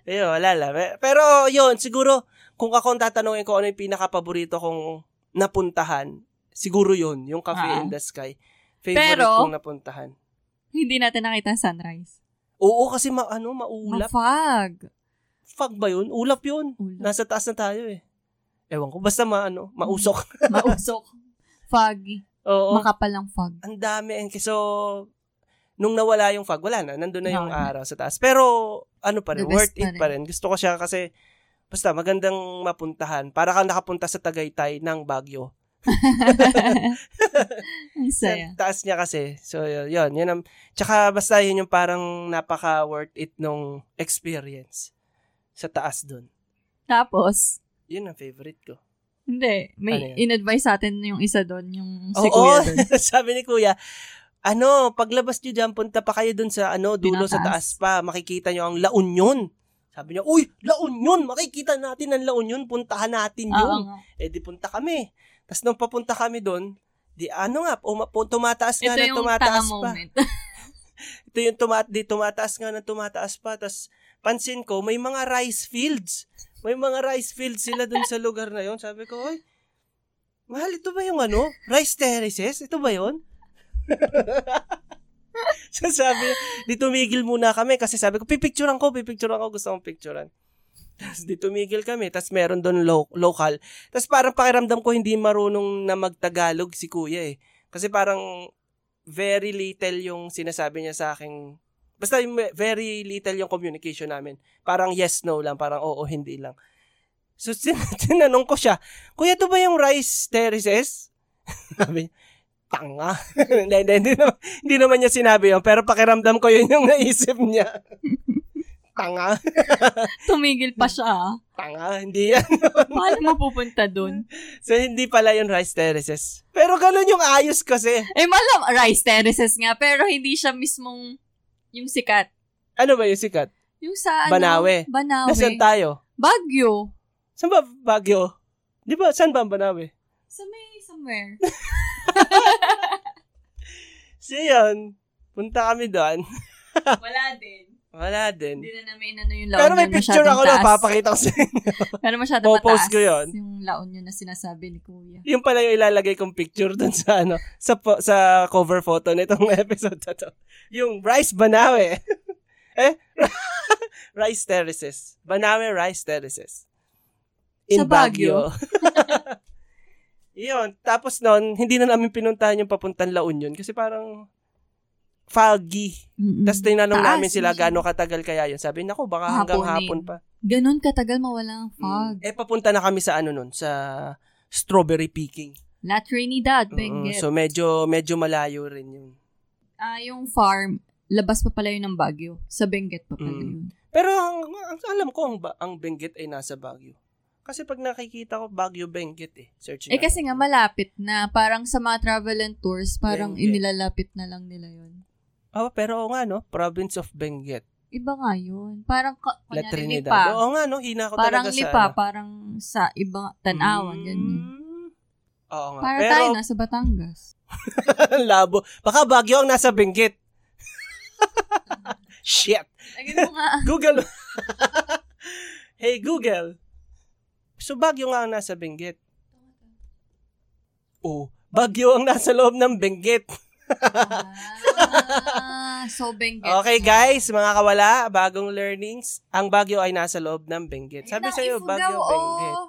S1: Ayun, wala lang. Eh, Pero yun, siguro, kung ako ang tatanungin ko ano yung pinaka-paborito kong napuntahan, siguro yun, yung Cafe
S2: Ah.
S1: in the Sky. Favorite
S2: Pero-
S1: kong napuntahan.
S2: Hindi natin nakita ang sunrise. Ah,
S1: Oo, kasi ma- ano, maulap.
S2: Mafag.
S1: Fog ba yun? Ulap yun.
S2: Ulap.
S1: Nasa taas na tayo eh. Ewan ko, basta maano, mausok.
S2: Mausok. Foggy.
S1: Oo.
S2: Makapalang fog.
S1: ang dami. And so, nung nawala yung fog, wala na. Nandun na yung
S2: Wala na.
S1: araw sa taas. Pero, ano pa rin,
S2: The best
S1: worth it pa
S2: pa
S1: rin. Gusto ko siya kasi, basta magandang mapuntahan. Para kang nakapunta sa Tagaytay ng Baguio.
S2: Ang saya.
S1: Sa taas niya kasi. So, yun. yun, yun ang, tsaka, basta yun yung parang napaka-worth it nung experience sa taas dun.
S2: Tapos,
S1: Yun ang favorite ko.
S2: Hindi.
S1: Ano yan?
S2: May in-advise sa atin yung isa doon, yung si
S1: Oo,
S2: Kuya doon.
S1: sabi ni Kuya, ano, paglabas nyo dyan, punta pa kayo dun sa ano, dulo sa taas
S2: Pinataas.
S1: pa, makikita nyo ang La Union. Sabi niya, uy, La Union, makikita natin ang La Union, puntahan natin
S2: Oo
S1: yun.
S2: nga.
S1: Eh di punta kami. Tapos nung papunta kami dun, di ano nga, uma, pu- tumataas nga
S2: Ito
S1: na
S2: yung tanga
S1: tumataas pa.
S2: moment.
S1: Ito yung tuma- di, tumataas nga na tumataas pa. Tapos pansin ko, may mga rice fields. May mga rice fields sila dun sa lugar na yon. Sabi ko, oy, mahal, ito ba yung ano? Rice terraces? Ito ba yon? so sabi, niya, di tumigil muna kami kasi sabi ko, pipicturean ko, pipicturean ko, gusto kong picturean. Tapos di tumigil kami, tapos meron doon lo- local. Tapos parang pakiramdam ko hindi marunong na magtagalog si kuya eh. Kasi parang very little yung sinasabi niya sa akin. Basta yung very little yung communication namin. Parang yes, no lang. Parang oo, hindi lang. So, tin- tinanong ko siya, Kuya, to ba yung rice terraces? Sabi niya, tanga. hindi, hindi, hindi, naman, hindi naman niya sinabi yun. Pero pakiramdam ko yun yung naisip niya. tanga,
S2: Tumigil pa siya. ah.
S1: tanga, hindi yan.
S2: Paano mapupunta doon?
S1: so, hindi pala yung rice terraces. Pero ganun yung ayos kasi.
S2: Eh, malam, rice terraces nga, pero hindi siya mismong yung sikat.
S1: Ano ba yung sikat?
S2: Yung sa ano?
S1: Banawe.
S2: Banawe.
S1: Nasaan tayo?
S2: Baguio.
S1: Saan ba Baguio? Di ba? Saan ba ang Banawe?
S2: Sa may somewhere.
S1: So yun, punta kami doon.
S2: Wala din.
S1: Wala
S2: Hindi
S1: din.
S2: na namin inano yung La
S1: Pero may
S2: Union,
S1: picture
S2: masyadong
S1: ako na
S2: taas.
S1: papakita ko sa inyo.
S2: Pero masyado
S1: Popost
S2: mataas.
S1: ko yun.
S2: Yung La Union na sinasabi ni Kuya.
S1: Yung pala yung ilalagay kong picture doon sa ano, sa po- sa cover photo nitong episode na to. Yung Rice Banawe. eh? rice Terraces. Banawe Rice Terraces. In
S2: Sa Baguio.
S1: Yun. Tapos noon, hindi na namin pinuntahan yung papuntan La Union kasi parang foggy.
S2: Mm-mm.
S1: Tapos tinanong
S2: Mm. Taas,
S1: namin sila
S2: masyado.
S1: gano'ng katagal kaya yun. Sabi, nako, baka hanggang
S2: Hahaponin.
S1: hapon pa.
S2: Ganun katagal mawala ang fog.
S1: Eh, papunta na kami sa ano nun, sa strawberry picking.
S2: La Trinidad,
S1: Mm,
S2: Benguet.
S1: so, medyo, medyo malayo rin yun.
S2: Ah, yung farm, labas pa pala yun ng Baguio. Sa Benguet pa pala
S1: Mm.
S2: yun.
S1: Pero, ang, ang- alam ko, ang, ba- ang Benguet ay nasa Baguio. Kasi pag nakikita ko, Baguio Benguet eh. Search
S2: Eh kasi nga malapit na, parang sa mga travel and tours, parang
S1: Benguet.
S2: inilalapit na lang nila yun.
S1: Oh, pero oo nga, no? Province of Benguet.
S2: Iba nga yun. Parang, ka,
S1: La
S2: kunyari, lipa.
S1: Trinidad. Oo nga, no? Hina ko talaga
S2: parang
S1: sa... ano.
S2: lipa, parang sa ibang tanawan, ganyan.
S1: Mm. Oo nga.
S2: Para
S1: pero,
S2: tayo nasa Batangas.
S1: labo. Baka Baguio ang nasa Benguet. Shit.
S2: Lagyan mo nga.
S1: Google. hey, Google. So, Baguio nga ang nasa Benguet. Oh, Baguio ang nasa loob ng Benguet.
S2: Ah, so, Benguet.
S1: Okay, guys, mga kawala, bagong learnings. Ang Baguio ay nasa loob ng Benguet. Sabi
S2: Ayun,
S1: sa iyo,
S2: Ifugao,
S1: Baguio, Benguet.
S2: oh.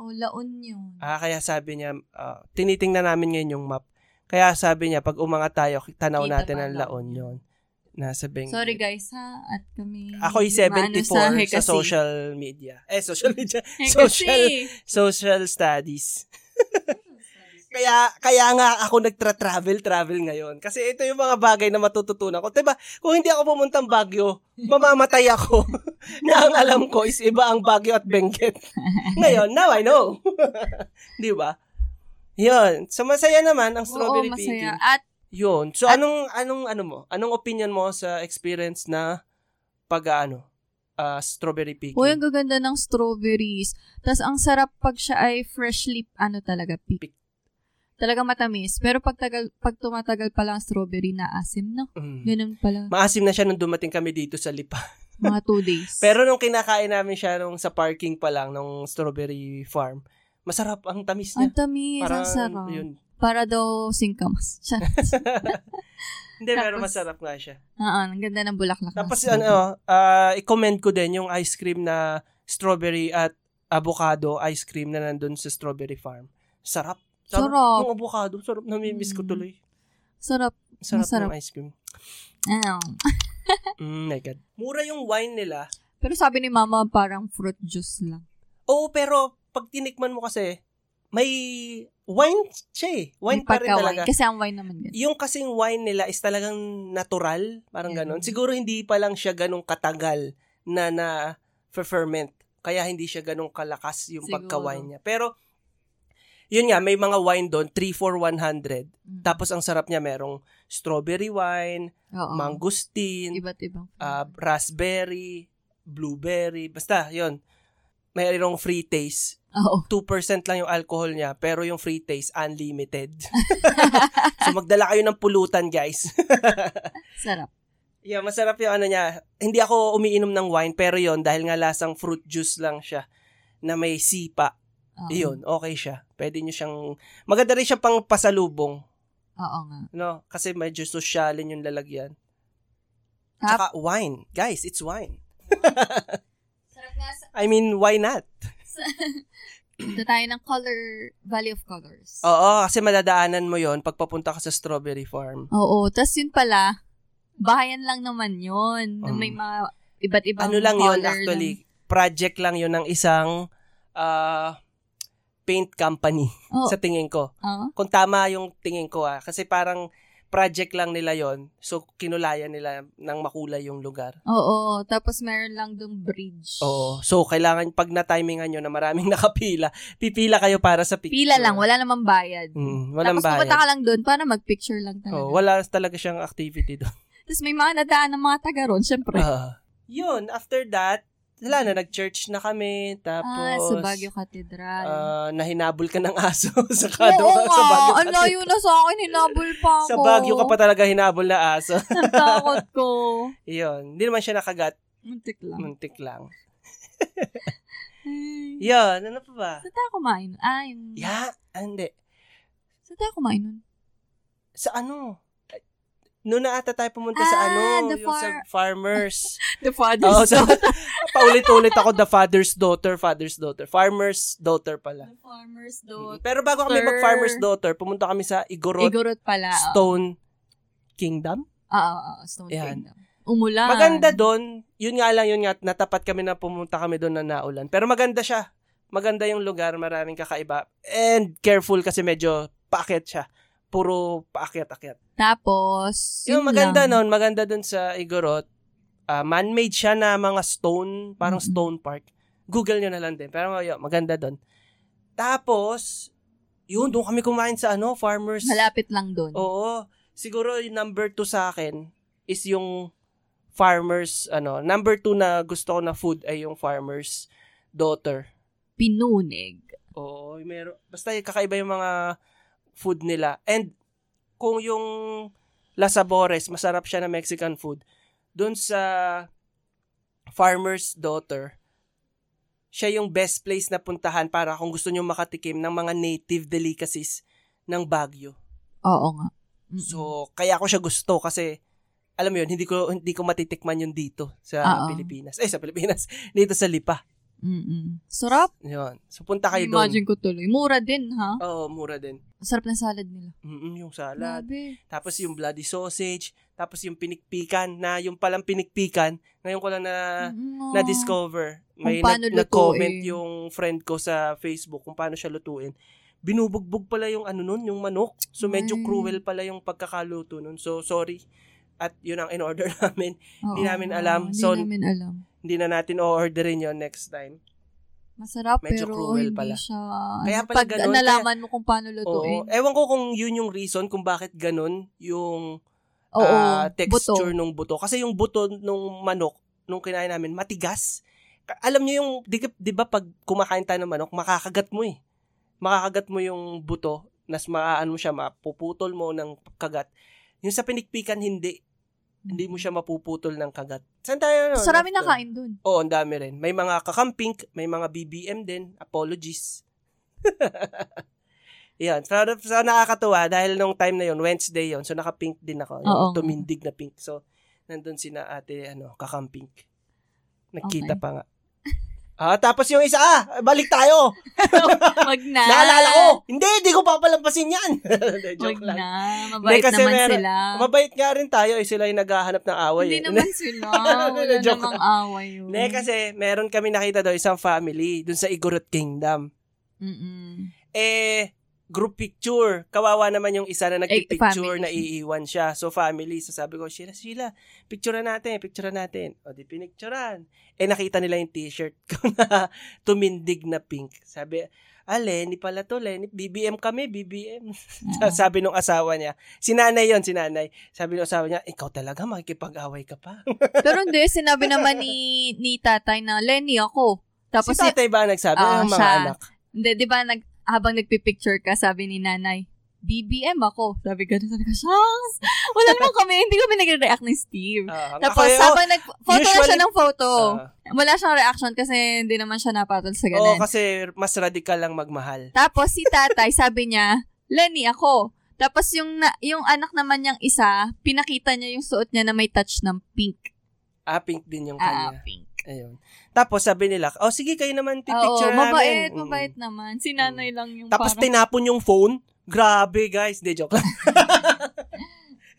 S2: Oh, laon yun.
S1: Ah, kaya sabi niya, ah, tinitingnan namin ngayon yung map. Kaya sabi niya, pag umangat tayo, tanaw
S2: Kita
S1: natin
S2: pa
S1: ang
S2: lang.
S1: laon yon Nasa Benguet.
S2: Sorry guys ha, at kami...
S1: Ako yung 74
S2: maano
S1: sa
S2: Hekasi.
S1: social media. Eh, social media.
S2: Hekasi.
S1: social social studies. Kaya kaya nga ako nagtra-travel travel ngayon kasi ito yung mga bagay na matututunan ko. 'Di ba? Kung hindi ako pumuntang Baguio, mamamatay ako. na ang alam ko is iba ang Baguio at Benguet. ngayon, now I know. 'Di ba? 'Yon. So masaya naman ang
S2: Oo,
S1: strawberry
S2: masaya.
S1: picking.
S2: At
S1: Yun. So anong anong ano mo? Anong opinion mo sa experience na pag ano ah, strawberry picking?
S2: Uy, ang gaganda ng strawberries. Tapos ang sarap pag siya ay freshly, ano talaga, pick.
S1: Pick.
S2: Talaga matamis. Pero pag, tagal, pag tumatagal pala ang strawberry na asim, no?
S1: Mm.
S2: Ganun pala.
S1: Maasim na siya nung dumating kami dito sa Lipa.
S2: Mga two days.
S1: Pero nung kinakain namin siya nung sa parking pa lang nung strawberry farm, masarap ang tamis
S2: ang
S1: niya.
S2: tamis, ang sarap. Para daw singkamas. Siya.
S1: Hindi, pero
S2: Tapos-
S1: masarap nga siya.
S2: Oo, ang ganda ng bulaklak. ng
S1: Tapos
S2: strawberry.
S1: ano, ah, i-comment ko din yung ice cream na strawberry at avocado ice cream na nandun sa strawberry farm. Sarap.
S2: Sarap.
S1: Yung avocado, sarap. Namimiss ko
S2: Mm.
S1: tuloy.
S2: Sarap.
S1: Sarap,
S2: Masarap.
S1: ng ice cream.
S2: Ah.
S1: Mm, my God. Mura yung wine nila.
S2: Pero sabi ni mama, parang fruit juice lang.
S1: Oo, pero pag tinikman mo kasi, may wine siya eh. Wine
S2: May
S1: pa rin
S2: pagka-wine.
S1: talaga.
S2: Kasi ang wine naman ganun.
S1: Yung kasing wine nila is talagang natural, parang
S2: Yeah.
S1: ganon. Siguro hindi pa lang siya ganong katagal na na ferment. Kaya hindi siya ganong kalakas yung
S2: Siguro.
S1: pagka-wine niya. Pero, yun nga, may mga wine doon, 3 for 100.
S2: Mm.
S1: Tapos ang sarap niya, merong strawberry wine,
S2: Oo.
S1: mangosteen,
S2: Iba't ibang.
S1: ah, raspberry, blueberry, basta, yun. Mayroong free taste.
S2: Oo.
S1: 2% lang yung alcohol niya, pero yung free taste, unlimited. so, magdala kayo ng pulutan, guys.
S2: Sarap.
S1: yeah, masarap yung ano niya. Hindi ako umiinom ng wine, pero yon dahil nga lasang fruit juice lang siya na may sipa.
S2: Oo.
S1: Yun, okay siya. Pwede niyo siyang, maganda rin siya pang pasalubong,
S2: Oo nga.
S1: no? Kasi medyo sosyalin yung lalagyan.
S2: Tap-
S1: Tsaka wine. Guys, it's wine.
S2: Sarap nga sa...
S1: I mean, why not?
S2: Ito tayo ng color, value of colors.
S1: Oo, kasi madadaanan mo yon pagpapunta ka sa strawberry farm.
S2: Oo. Tapos yun pala, bahayan lang naman yun. na
S1: Mm.
S2: May mga iba't ibang
S1: ano lang
S2: color
S1: yun actually, project lang yun ng isang ah, paint company
S2: ng- Oo. ah,
S1: sa tingin ko.
S2: Oo.
S1: Kung tama yung tingin ko ah, kasi parang project lang nila yon so kinulayan nila ng makulay yung lugar.
S2: Oo. Tapos meron lang dong bridge.
S1: Oo. So, kailangan pag na-timingan nyo na maraming nakapila, pipila kayo para sa picture.
S2: Pila lang, wala namang bayad.
S1: Mm, walang
S2: Tapos pumunta
S1: bayad. Oh,
S2: ka lang doon para mag-picture lang talaga.
S1: Oo, wala talaga siyang activity doon.
S2: Tapos may mga nadaan ng mga taga ron, syempre.
S1: Ah. yun, after that, wala na, nag-church na kami. Tapos,
S2: ah, sa Baguio Cathedral.
S1: Ah, nahinabol ka ng aso sa
S2: Ano? Oo
S1: kadwa,
S2: nga,
S1: sa Baguio
S2: ang layo na sa akin, hinabol pa ako.
S1: Sa Baguio ka pa talaga hinabol na aso.
S2: Ang takot ko.
S1: Yun. Hindi naman siya nakagat.
S2: Muntik lang.
S1: Muntik lang.
S2: Ay.
S1: Yun. Ano pa ba?
S2: Saan tayo kumain? Ah, yun.
S1: Ya. ah, Hindi.
S2: Saan tayo kumain nun?
S1: Sa ano? Noon na ata tayo pumunta sa
S2: Ah,
S1: ano?
S2: the
S1: Yung sa
S2: far-
S1: farmers.
S2: The father's
S1: Oo. Oh, Sa, paulit-ulit ako. The father's daughter. Father's daughter. Farmer's daughter pala. Mm.
S2: farmer's
S1: Pero bago kami
S2: Daughter.
S1: mag-farmer's daughter, pumunta kami sa Igorot
S2: Igorot pala. oh. Oo,
S1: Stone Kingdom.
S2: oo, oo. ah, Stone
S1: Yan.
S2: Kingdom. Umulan.
S1: Maganda doon. Yun nga lang, yun nga, natapat kami na pumunta kami doon na naulan. Pero maganda siya. Maganda yung lugar, maraming kakaiba. And careful kasi medyo paakyat siya. Puro paakyat-akyat.
S2: Tapos,
S1: Yung
S2: yun
S1: maganda
S2: lang.
S1: noon, maganda doon sa Igorot. Ah, man-made siya na mga stone, parang
S2: Mm-mm.
S1: stone park. Google nyo na lang din. Pero yun, maganda doon. Tapos, yun, doon kami kumain sa ano, farmers. Mm. Oh.
S2: Malapit lang doon.
S1: Oo. Siguro yung number two sa akin is yung farmers, ano, number two na gusto ko na food ay yung farmer's daughter.
S2: Pinunig.
S1: Oo, meron. Basta yung kakaiba yung mga food nila. And kung yung Las Sabores, masarap siya na Mexican food. Doon sa farmer's daughter, siya yung best place na puntahan para kung gusto nyo makatikim ng mga native delicacies ng Baguio.
S2: Oo nga. Mm.
S1: So, kaya ko siya gusto kasi alam mo yun, hindi ko hindi ko matitikman yun dito sa
S2: Oo.
S1: Pilipinas. Eh, sa Pilipinas, dito sa Lipa.
S2: Mm-mm. Sarap.
S1: Yun. So, punta kayo doon.
S2: Imagine ko tuloy. Mura din, ha?
S1: Oo, mura din.
S2: Sarap na salad nila.
S1: Mm-mm, yung salad.
S2: Grabe.
S1: Tapos yung bloody sausage. Tapos yung pinikpikan na yung palang pinikpikan. Ngayon ko lang na
S2: Mm,
S1: na-discover. May
S2: Kung paano
S1: nag- nag-comment
S2: lutuin.
S1: yung friend ko sa Facebook kung paano siya lutuin. Binubugbog pala yung ano nun, yung manok. So medyo
S2: Ay.
S1: cruel pala yung pagkakaluto nun. So sorry. At yun ang in-order namin.
S2: Oo,
S1: hindi namin alam.
S2: Hindi
S1: So,
S2: namin alam.
S1: Hindi na natin o-orderin yun next time.
S2: Masarap
S1: medyo
S2: pero
S1: cruel
S2: hindi
S1: pala.
S2: siya.
S1: Kaya
S2: Kaya
S1: pala
S2: pag
S1: ganun,
S2: nalaman mo kung paano
S1: Oo.
S2: lutuin.
S1: Ewan ko kung yun yung reason kung bakit ganun yung
S2: Oo.
S1: ah,
S2: Buto.
S1: texture ng buto. Kasi yung buto ng manok, nung kinain namin, matigas. Ka- Alam nyo yung, di, ka- di ba pag kumakain tayo ng manok, makakagat mo eh. Makakagat mo yung buto, nas maaan mo siya, mapuputol mo ng kagat. Yung sa pinikpikan, hindi. Hindi mo siya mapuputol ng kagat. Saan tayo? ano, nun?
S2: Mm. Sarami na
S1: After?
S2: kain dun.
S1: Oo, ang dami rin. May mga kakamping, may mga BBM din. Apologies. Yan. So, so, nakakatuwa dahil nung time na yon Wednesday yon So, naka-pink din ako. Yung
S2: Oo.
S1: tumindig na pink. So, nandun sina ate, ano, kakamping. Nagkita
S2: Okay.
S1: pa nga. Ah, tapos yung isa, ah, balik tayo.
S2: Wag na.
S1: Naalala ko. Hindi, di ko papalampasin yan. Hindi,
S2: Wag
S1: Joke lang.
S2: Ah. na. Mabait
S1: Hindi, kasi
S2: naman
S1: meron-
S2: sila.
S1: Mabait nga rin tayo. Eh, sila yung naghahanap ng away. eh.
S2: Hindi naman sila. Wala
S1: Joke
S2: namang away yun.
S1: Hindi, kasi meron kami nakita daw isang family dun sa Igorot Kingdom.
S2: Mm-mm.
S1: eh, group picture. Kawawa naman yung isa na nagpipicture
S2: Eh,
S1: na
S2: family.
S1: iiwan siya. So, family. So, sabi ko, Sheila, Sheila, picture natin, picture natin. O, di pinicturean. Eh, nakita nila yung t-shirt ko na tumindig na pink. Sabi, ah, Lenny pala to, Lenny. BBM kami, BBM.
S2: Ah.
S1: sabi nung asawa niya. Sinanay yon sinanay. Sabi nung asawa niya, ikaw talaga, makikipag-away ka pa.
S2: Pero hindi, sinabi naman ni, ni tatay na, Lenny ako. Tapos,
S1: si tatay ba ang nagsabi?
S2: Oo,
S1: Ah, mga
S2: siya.
S1: anak.
S2: hindi, di ba, nag, habang nagpipicture ka, sabi ni nanay, BBM ako. Sabi ka, sabi ko, shucks! Wala naman kami, hindi kami nagre-react ni Steve.
S1: Ah, ang-
S2: Tapos,
S1: ako, eh,
S2: habang nag-photo na siya
S1: usually-
S2: ng photo,
S1: oh, ah.
S2: wala siyang reaction kasi hindi naman siya napatol sa
S1: Oo,
S2: ganun.
S1: kasi mas radikal lang magmahal.
S2: Tapos si tatay, sabi niya, Lenny, ako. Tapos yung, na, yung anak naman niyang isa, pinakita niya yung suot niya na may touch ng pink.
S1: Ah, pink din yung kanya.
S2: Ah, pink.
S1: Ayun. Tapos sabi nila, oh sige kayo naman,
S2: Oo,
S1: pipicture namin.
S2: mabait,
S1: Mm.
S2: mabait naman. Si nanay lang yung
S1: Tapos
S2: parang,
S1: tinapon yung phone. Grabe guys, de joke lang.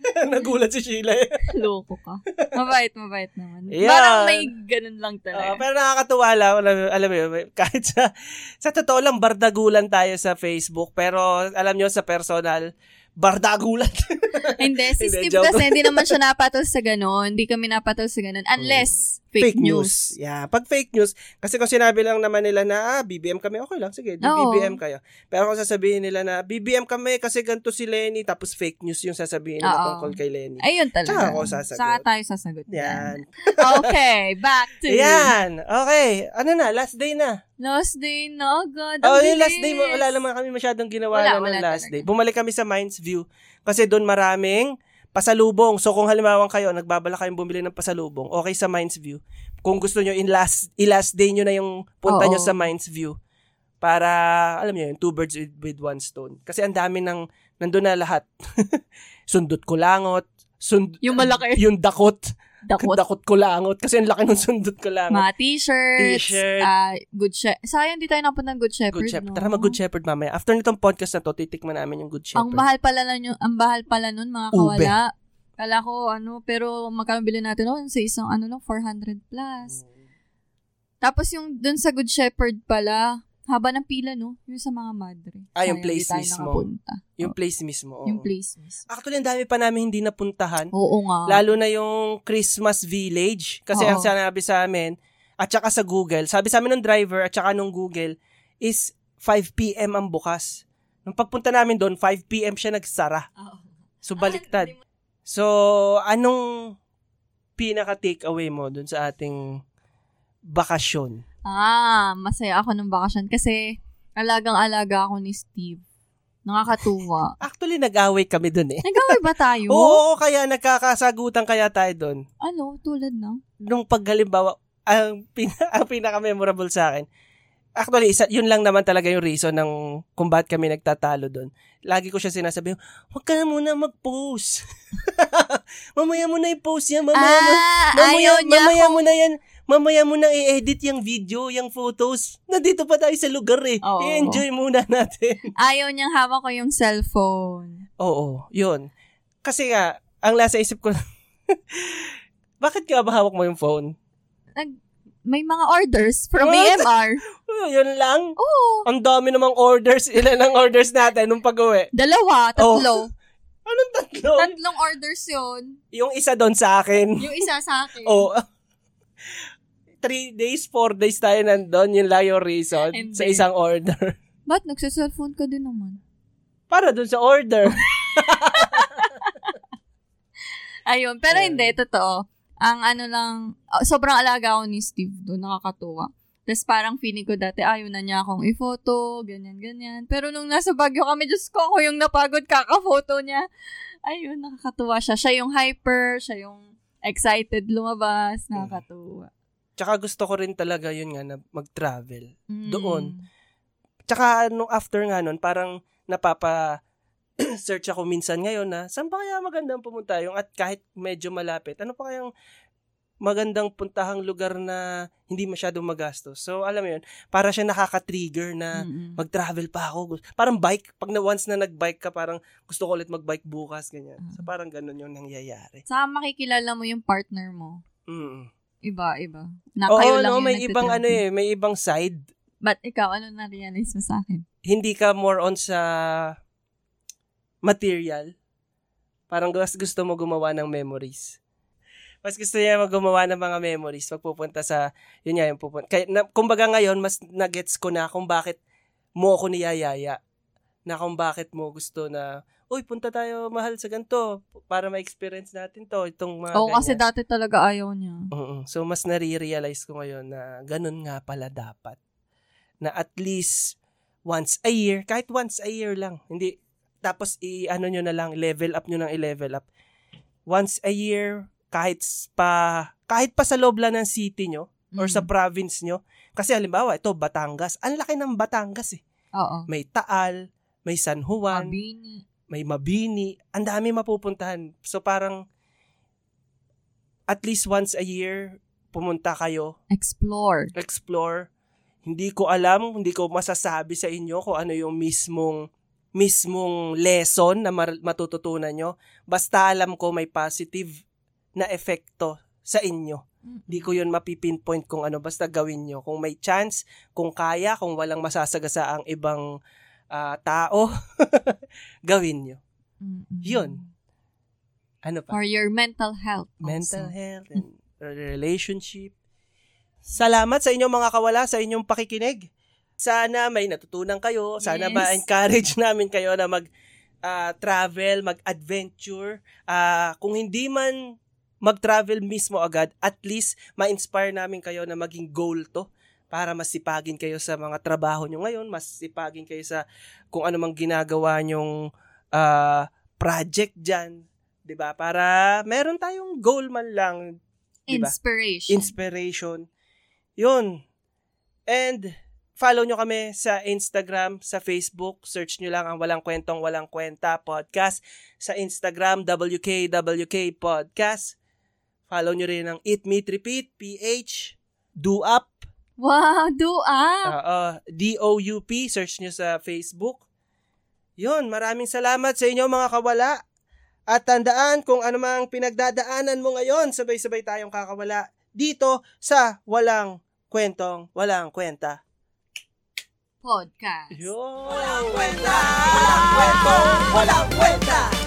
S1: Nagulat si Sheila. eh.
S2: loko ka. Mabait, mabait naman.
S1: Yan.
S2: Parang may ganun
S1: Oo,
S2: lang talaga.
S1: pero nakakatuwa lang, alam, alam mo yun, kahit sa, sa totoo lang, bardagulan tayo sa Facebook, pero alam nyo, sa personal, bardagulan.
S2: hindi,
S1: Ah,
S2: si
S1: Hindi,
S2: Steve
S1: joke.
S2: kasi hindi naman siya napatol sa ganun. Hindi kami napatol sa ganun. Unless,
S1: Mm.
S2: fake, news.
S1: Yeah, pag fake news, kasi kung sinabi lang naman nila na ah, BBM kami, okay lang, sige, di
S2: Oo.
S1: BBM kayo. Pero kung sasabihin nila na BBM kami kasi ganito si Lenny, tapos fake news yung sasabihin nila
S2: Oo.
S1: tungkol kay Lenny.
S2: Ayun
S1: Tsaka
S2: talaga.
S1: ako sasagot.
S2: Saka tayo sasagot. dyan.
S1: Yan.
S2: okay, back to you.
S1: Yan. Okay. Ano na, last day na.
S2: Last day na agad. Ang
S1: Oh, yung last
S2: bilis.
S1: day, wala naman kami masyadong ginawa
S2: Wala,
S1: na ng
S2: wala
S1: last
S2: talaga.
S1: day. Bumalik kami sa Mines View kasi doon maraming pasalubong. So kung halimbawa kayo, nagbabala kayong bumili ng pasalubong, okay sa Mines View. Kung gusto nyo, in last, i-last day nyo na yung punta
S2: Oo.
S1: nyo sa Mines View para, alam nyo yun, two birds with, with one stone. Kasi ang dami ng, nandun na lahat. sundot kulangot, sund,
S2: Yung malaki.
S1: yung dakot, dakot,
S2: Dakot.
S1: kulangot. Kasi ang laki ng sundot kulangot.
S2: Mga t-shirts.
S1: T-shirt.
S2: ah, good Shepherd. Sayang, di tayo napunta ng Good Shepherd.
S1: Good Shepherd.
S2: no?
S1: Tara mag-Good Shepherd mamaya. After nitong podcast na to, titikman namin yung Good Shepherd.
S2: Ang mahal pala nun, yung, ang mahal pala nun, mga
S1: Ube.
S2: kawala. Kala ko, ano, pero magkano bilhin natin nun? Sa isang, ano, lang, 400 plus.
S1: Mm.
S2: Tapos yung dun sa Good Shepherd pala, haba ng pila, no? Yung sa mga madre.
S1: Ah, yung
S2: Sayang, di
S1: place
S2: tayo
S1: mismo.
S2: nakapunta.
S1: Yung place mismo. oo.
S2: Oh. Yung place mismo.
S1: Actually, ang dami pa namin hindi napuntahan.
S2: Oo nga.
S1: Lalo na yung Christmas Village. Kasi
S2: Oo.
S1: ang sinabi sa amin, at saka sa Google, sabi sa amin ng driver at saka nung Google, is 5 p.m. ang bukas. Nung pagpunta namin doon, 5 p.m. siya nagsara.
S2: Oo.
S1: So, baliktad. So, anong pinaka-takeaway mo dun sa ating bakasyon?
S2: Ah, masaya ako nung bakasyon kasi alagang-alaga ako ni Steve. Nakakatuwa.
S1: Actually, nag-away kami dun eh.
S2: Nag-away ba tayo?
S1: Oo, oo, kaya nagkakasagutan kaya tayo dun.
S2: Ano, tulad ng?
S1: Nung paghalimbawa, ang, pina, ang pinaka-memorable sa akin, actually, isa, yun lang naman talaga yung reason ng kung bakit kami nagtatalo dun. Lagi ko siya sinasabi, huwag ka na muna mag-post. mamaya mo na i-post yan, mamaya mo.
S2: Ah,
S1: Mamaya,
S2: ayaw niya
S1: mamaya
S2: akong-
S1: mo na yan. Mamaya mo na i-edit yung video, yung photos. Nandito pa tayo sa lugar eh.
S2: Oo.
S1: I-enjoy muna natin.
S2: Ayaw niyang hawak ko yung cellphone.
S1: Oo, yun. Kasi nga, ang nasa isip ko, bakit nga ba hawak mo yung phone?
S2: May mga orders from
S1: What?
S2: AMR.
S1: Oh, yun lang.
S2: Oo.
S1: Ang dami namang orders. Ilan ang orders natin nung pag-uwi?
S2: Dalawa,
S1: Oh.
S2: tatlo.
S1: Anong tatlo?
S2: Tatlong orders yun.
S1: yung isa doon sa akin.
S2: Yung isa sa akin.
S1: Oo. Three days, four days tayo nandun. Yun lang yung reason
S2: And
S1: sa
S2: then-
S1: isang order.
S2: Ba't nagsa-cellphone ka din naman?
S1: Para doon sa order.
S2: Ayun, pero
S1: Ayun.
S2: hindi, totoo. Ang ano lang, oh, sobrang alaga ako ni Steve doon, nakakatuwa. Tapos parang feeling ko dati, ayaw na niya akong i-photo, ganyan, ganyan. Pero nung nasa Baguio kami, Diyos ko, ako yung napagod kaka-photo niya. Ayun, nakakatuwa siya. Siya yung hyper, siya yung excited lumabas,
S1: Mm.
S2: nakakatuwa.
S1: Tsaka gusto ko rin talaga yun nga na mag-travel.
S2: Mm.
S1: Doon. Tsaka nung after nga nun, parang napapa search ako minsan ngayon na saan ba kaya magandang pumunta yung at kahit medyo malapit, ano pa kayang magandang puntahang lugar na hindi masyadong magastos. So, alam mo yun, para siya nakaka-trigger na
S2: Mm-mm.
S1: mag-travel pa ako. Gus- Parang bike, pag na once na nag-bike ka, parang gusto ko ulit mag-bike bukas, ganyan.
S2: Hmm.
S1: So, parang ganun yung nangyayari.
S2: Saka makikilala mo yung partner mo.
S1: Mm.
S2: Iba, iba. Na
S1: Oo,
S2: kayo lang
S1: no,
S2: yung
S1: may ibang ano eh,
S2: nagtitravel.
S1: may ibang side
S2: But ikaw, ano na-realize mo sa akin?
S1: hindi ka more on sa material. Parang mas gusto mo gumawa ng memories. Mas gusto niya gumawa ng mga memories pag pupunta sa, yun nga yung pupunta. Kaya, na, kumbaga ngayon, mas nagets ko na kung bakit mo ako niyayaya. Na kung bakit mo gusto na, uy, punta tayo mahal sa ganito para ma-experience natin to. Itong mga
S2: Oo, kasi
S1: ganyan."
S2: dati talaga ayaw niya.
S1: Oo. So, mas nare-realize ko ngayon na ganun nga pala dapat. Na at least once a year, kahit once a year lang. Hindi, tapos i-ano nyo na lang, level up nyo ng i-level up. Once a year, kahit s- pa, kahit pa sa loob lang ng city nyo or sa
S2: Mm.
S1: province nyo. Kasi halimbawa, ito, Batangas. Ang laki ng Batangas eh.
S2: Oo.
S1: May Taal, may San Juan,
S2: Mabini.
S1: may mabini, ang dami mapupuntahan. So parang at least once a year pumunta kayo,
S2: Explore.
S1: explore. Hindi ko alam, hindi ko masasabi sa inyo kung ano yung mismong mismong lesson na mar- matututunan nyo. Basta alam ko may positive na epekto sa inyo. Hindi ko yun mapipinpoint kung ano. Basta gawin nyo. Kung may chance, kung kaya, kung walang masasagasa ang ibang ah, tao, gawin nyo.
S2: Mm-mm.
S1: Yun. Ano pa?
S2: For your mental health.
S1: Mental
S2: also.
S1: health and relationship. Salamat sa inyong mga kawala, sa inyong pakikinig. Sana may natutunan kayo. Sana
S2: Yes.
S1: ba encourage namin kayo na mag ah, travel, mag-adventure. Ah, kung hindi man mag-travel mismo agad, at least ma-inspire namin kayo na maging goal to para masipagin kayo sa mga trabaho nyo ngayon, masipagin kayo sa kung ano mang ginagawa nyong ah, project dyan. 'di ba? Para meron tayong goal man lang, Diba?
S2: Inspiration.
S1: inspiration. 'Yun. And follow nyo kami sa Instagram, sa Facebook, search nyo lang ang Walang Kwentong Walang Kwenta podcast sa Instagram WKWK podcast. Follow nyo rin ang Eat Meet Repeat PH Do Up
S2: wow, do up!
S1: Oo, D-O-U-P, search nyo sa Facebook. Yun, maraming salamat sa inyo mga kawala. At tandaan kung ano mang pinagdadaanan mo ngayon, sabay-sabay tayong kakawala dito sa Walang Kwentong Walang Kwenta.
S2: Podcast.
S1: Yun! Walang Kwenta! Walang Kwento! Walang Kwenta!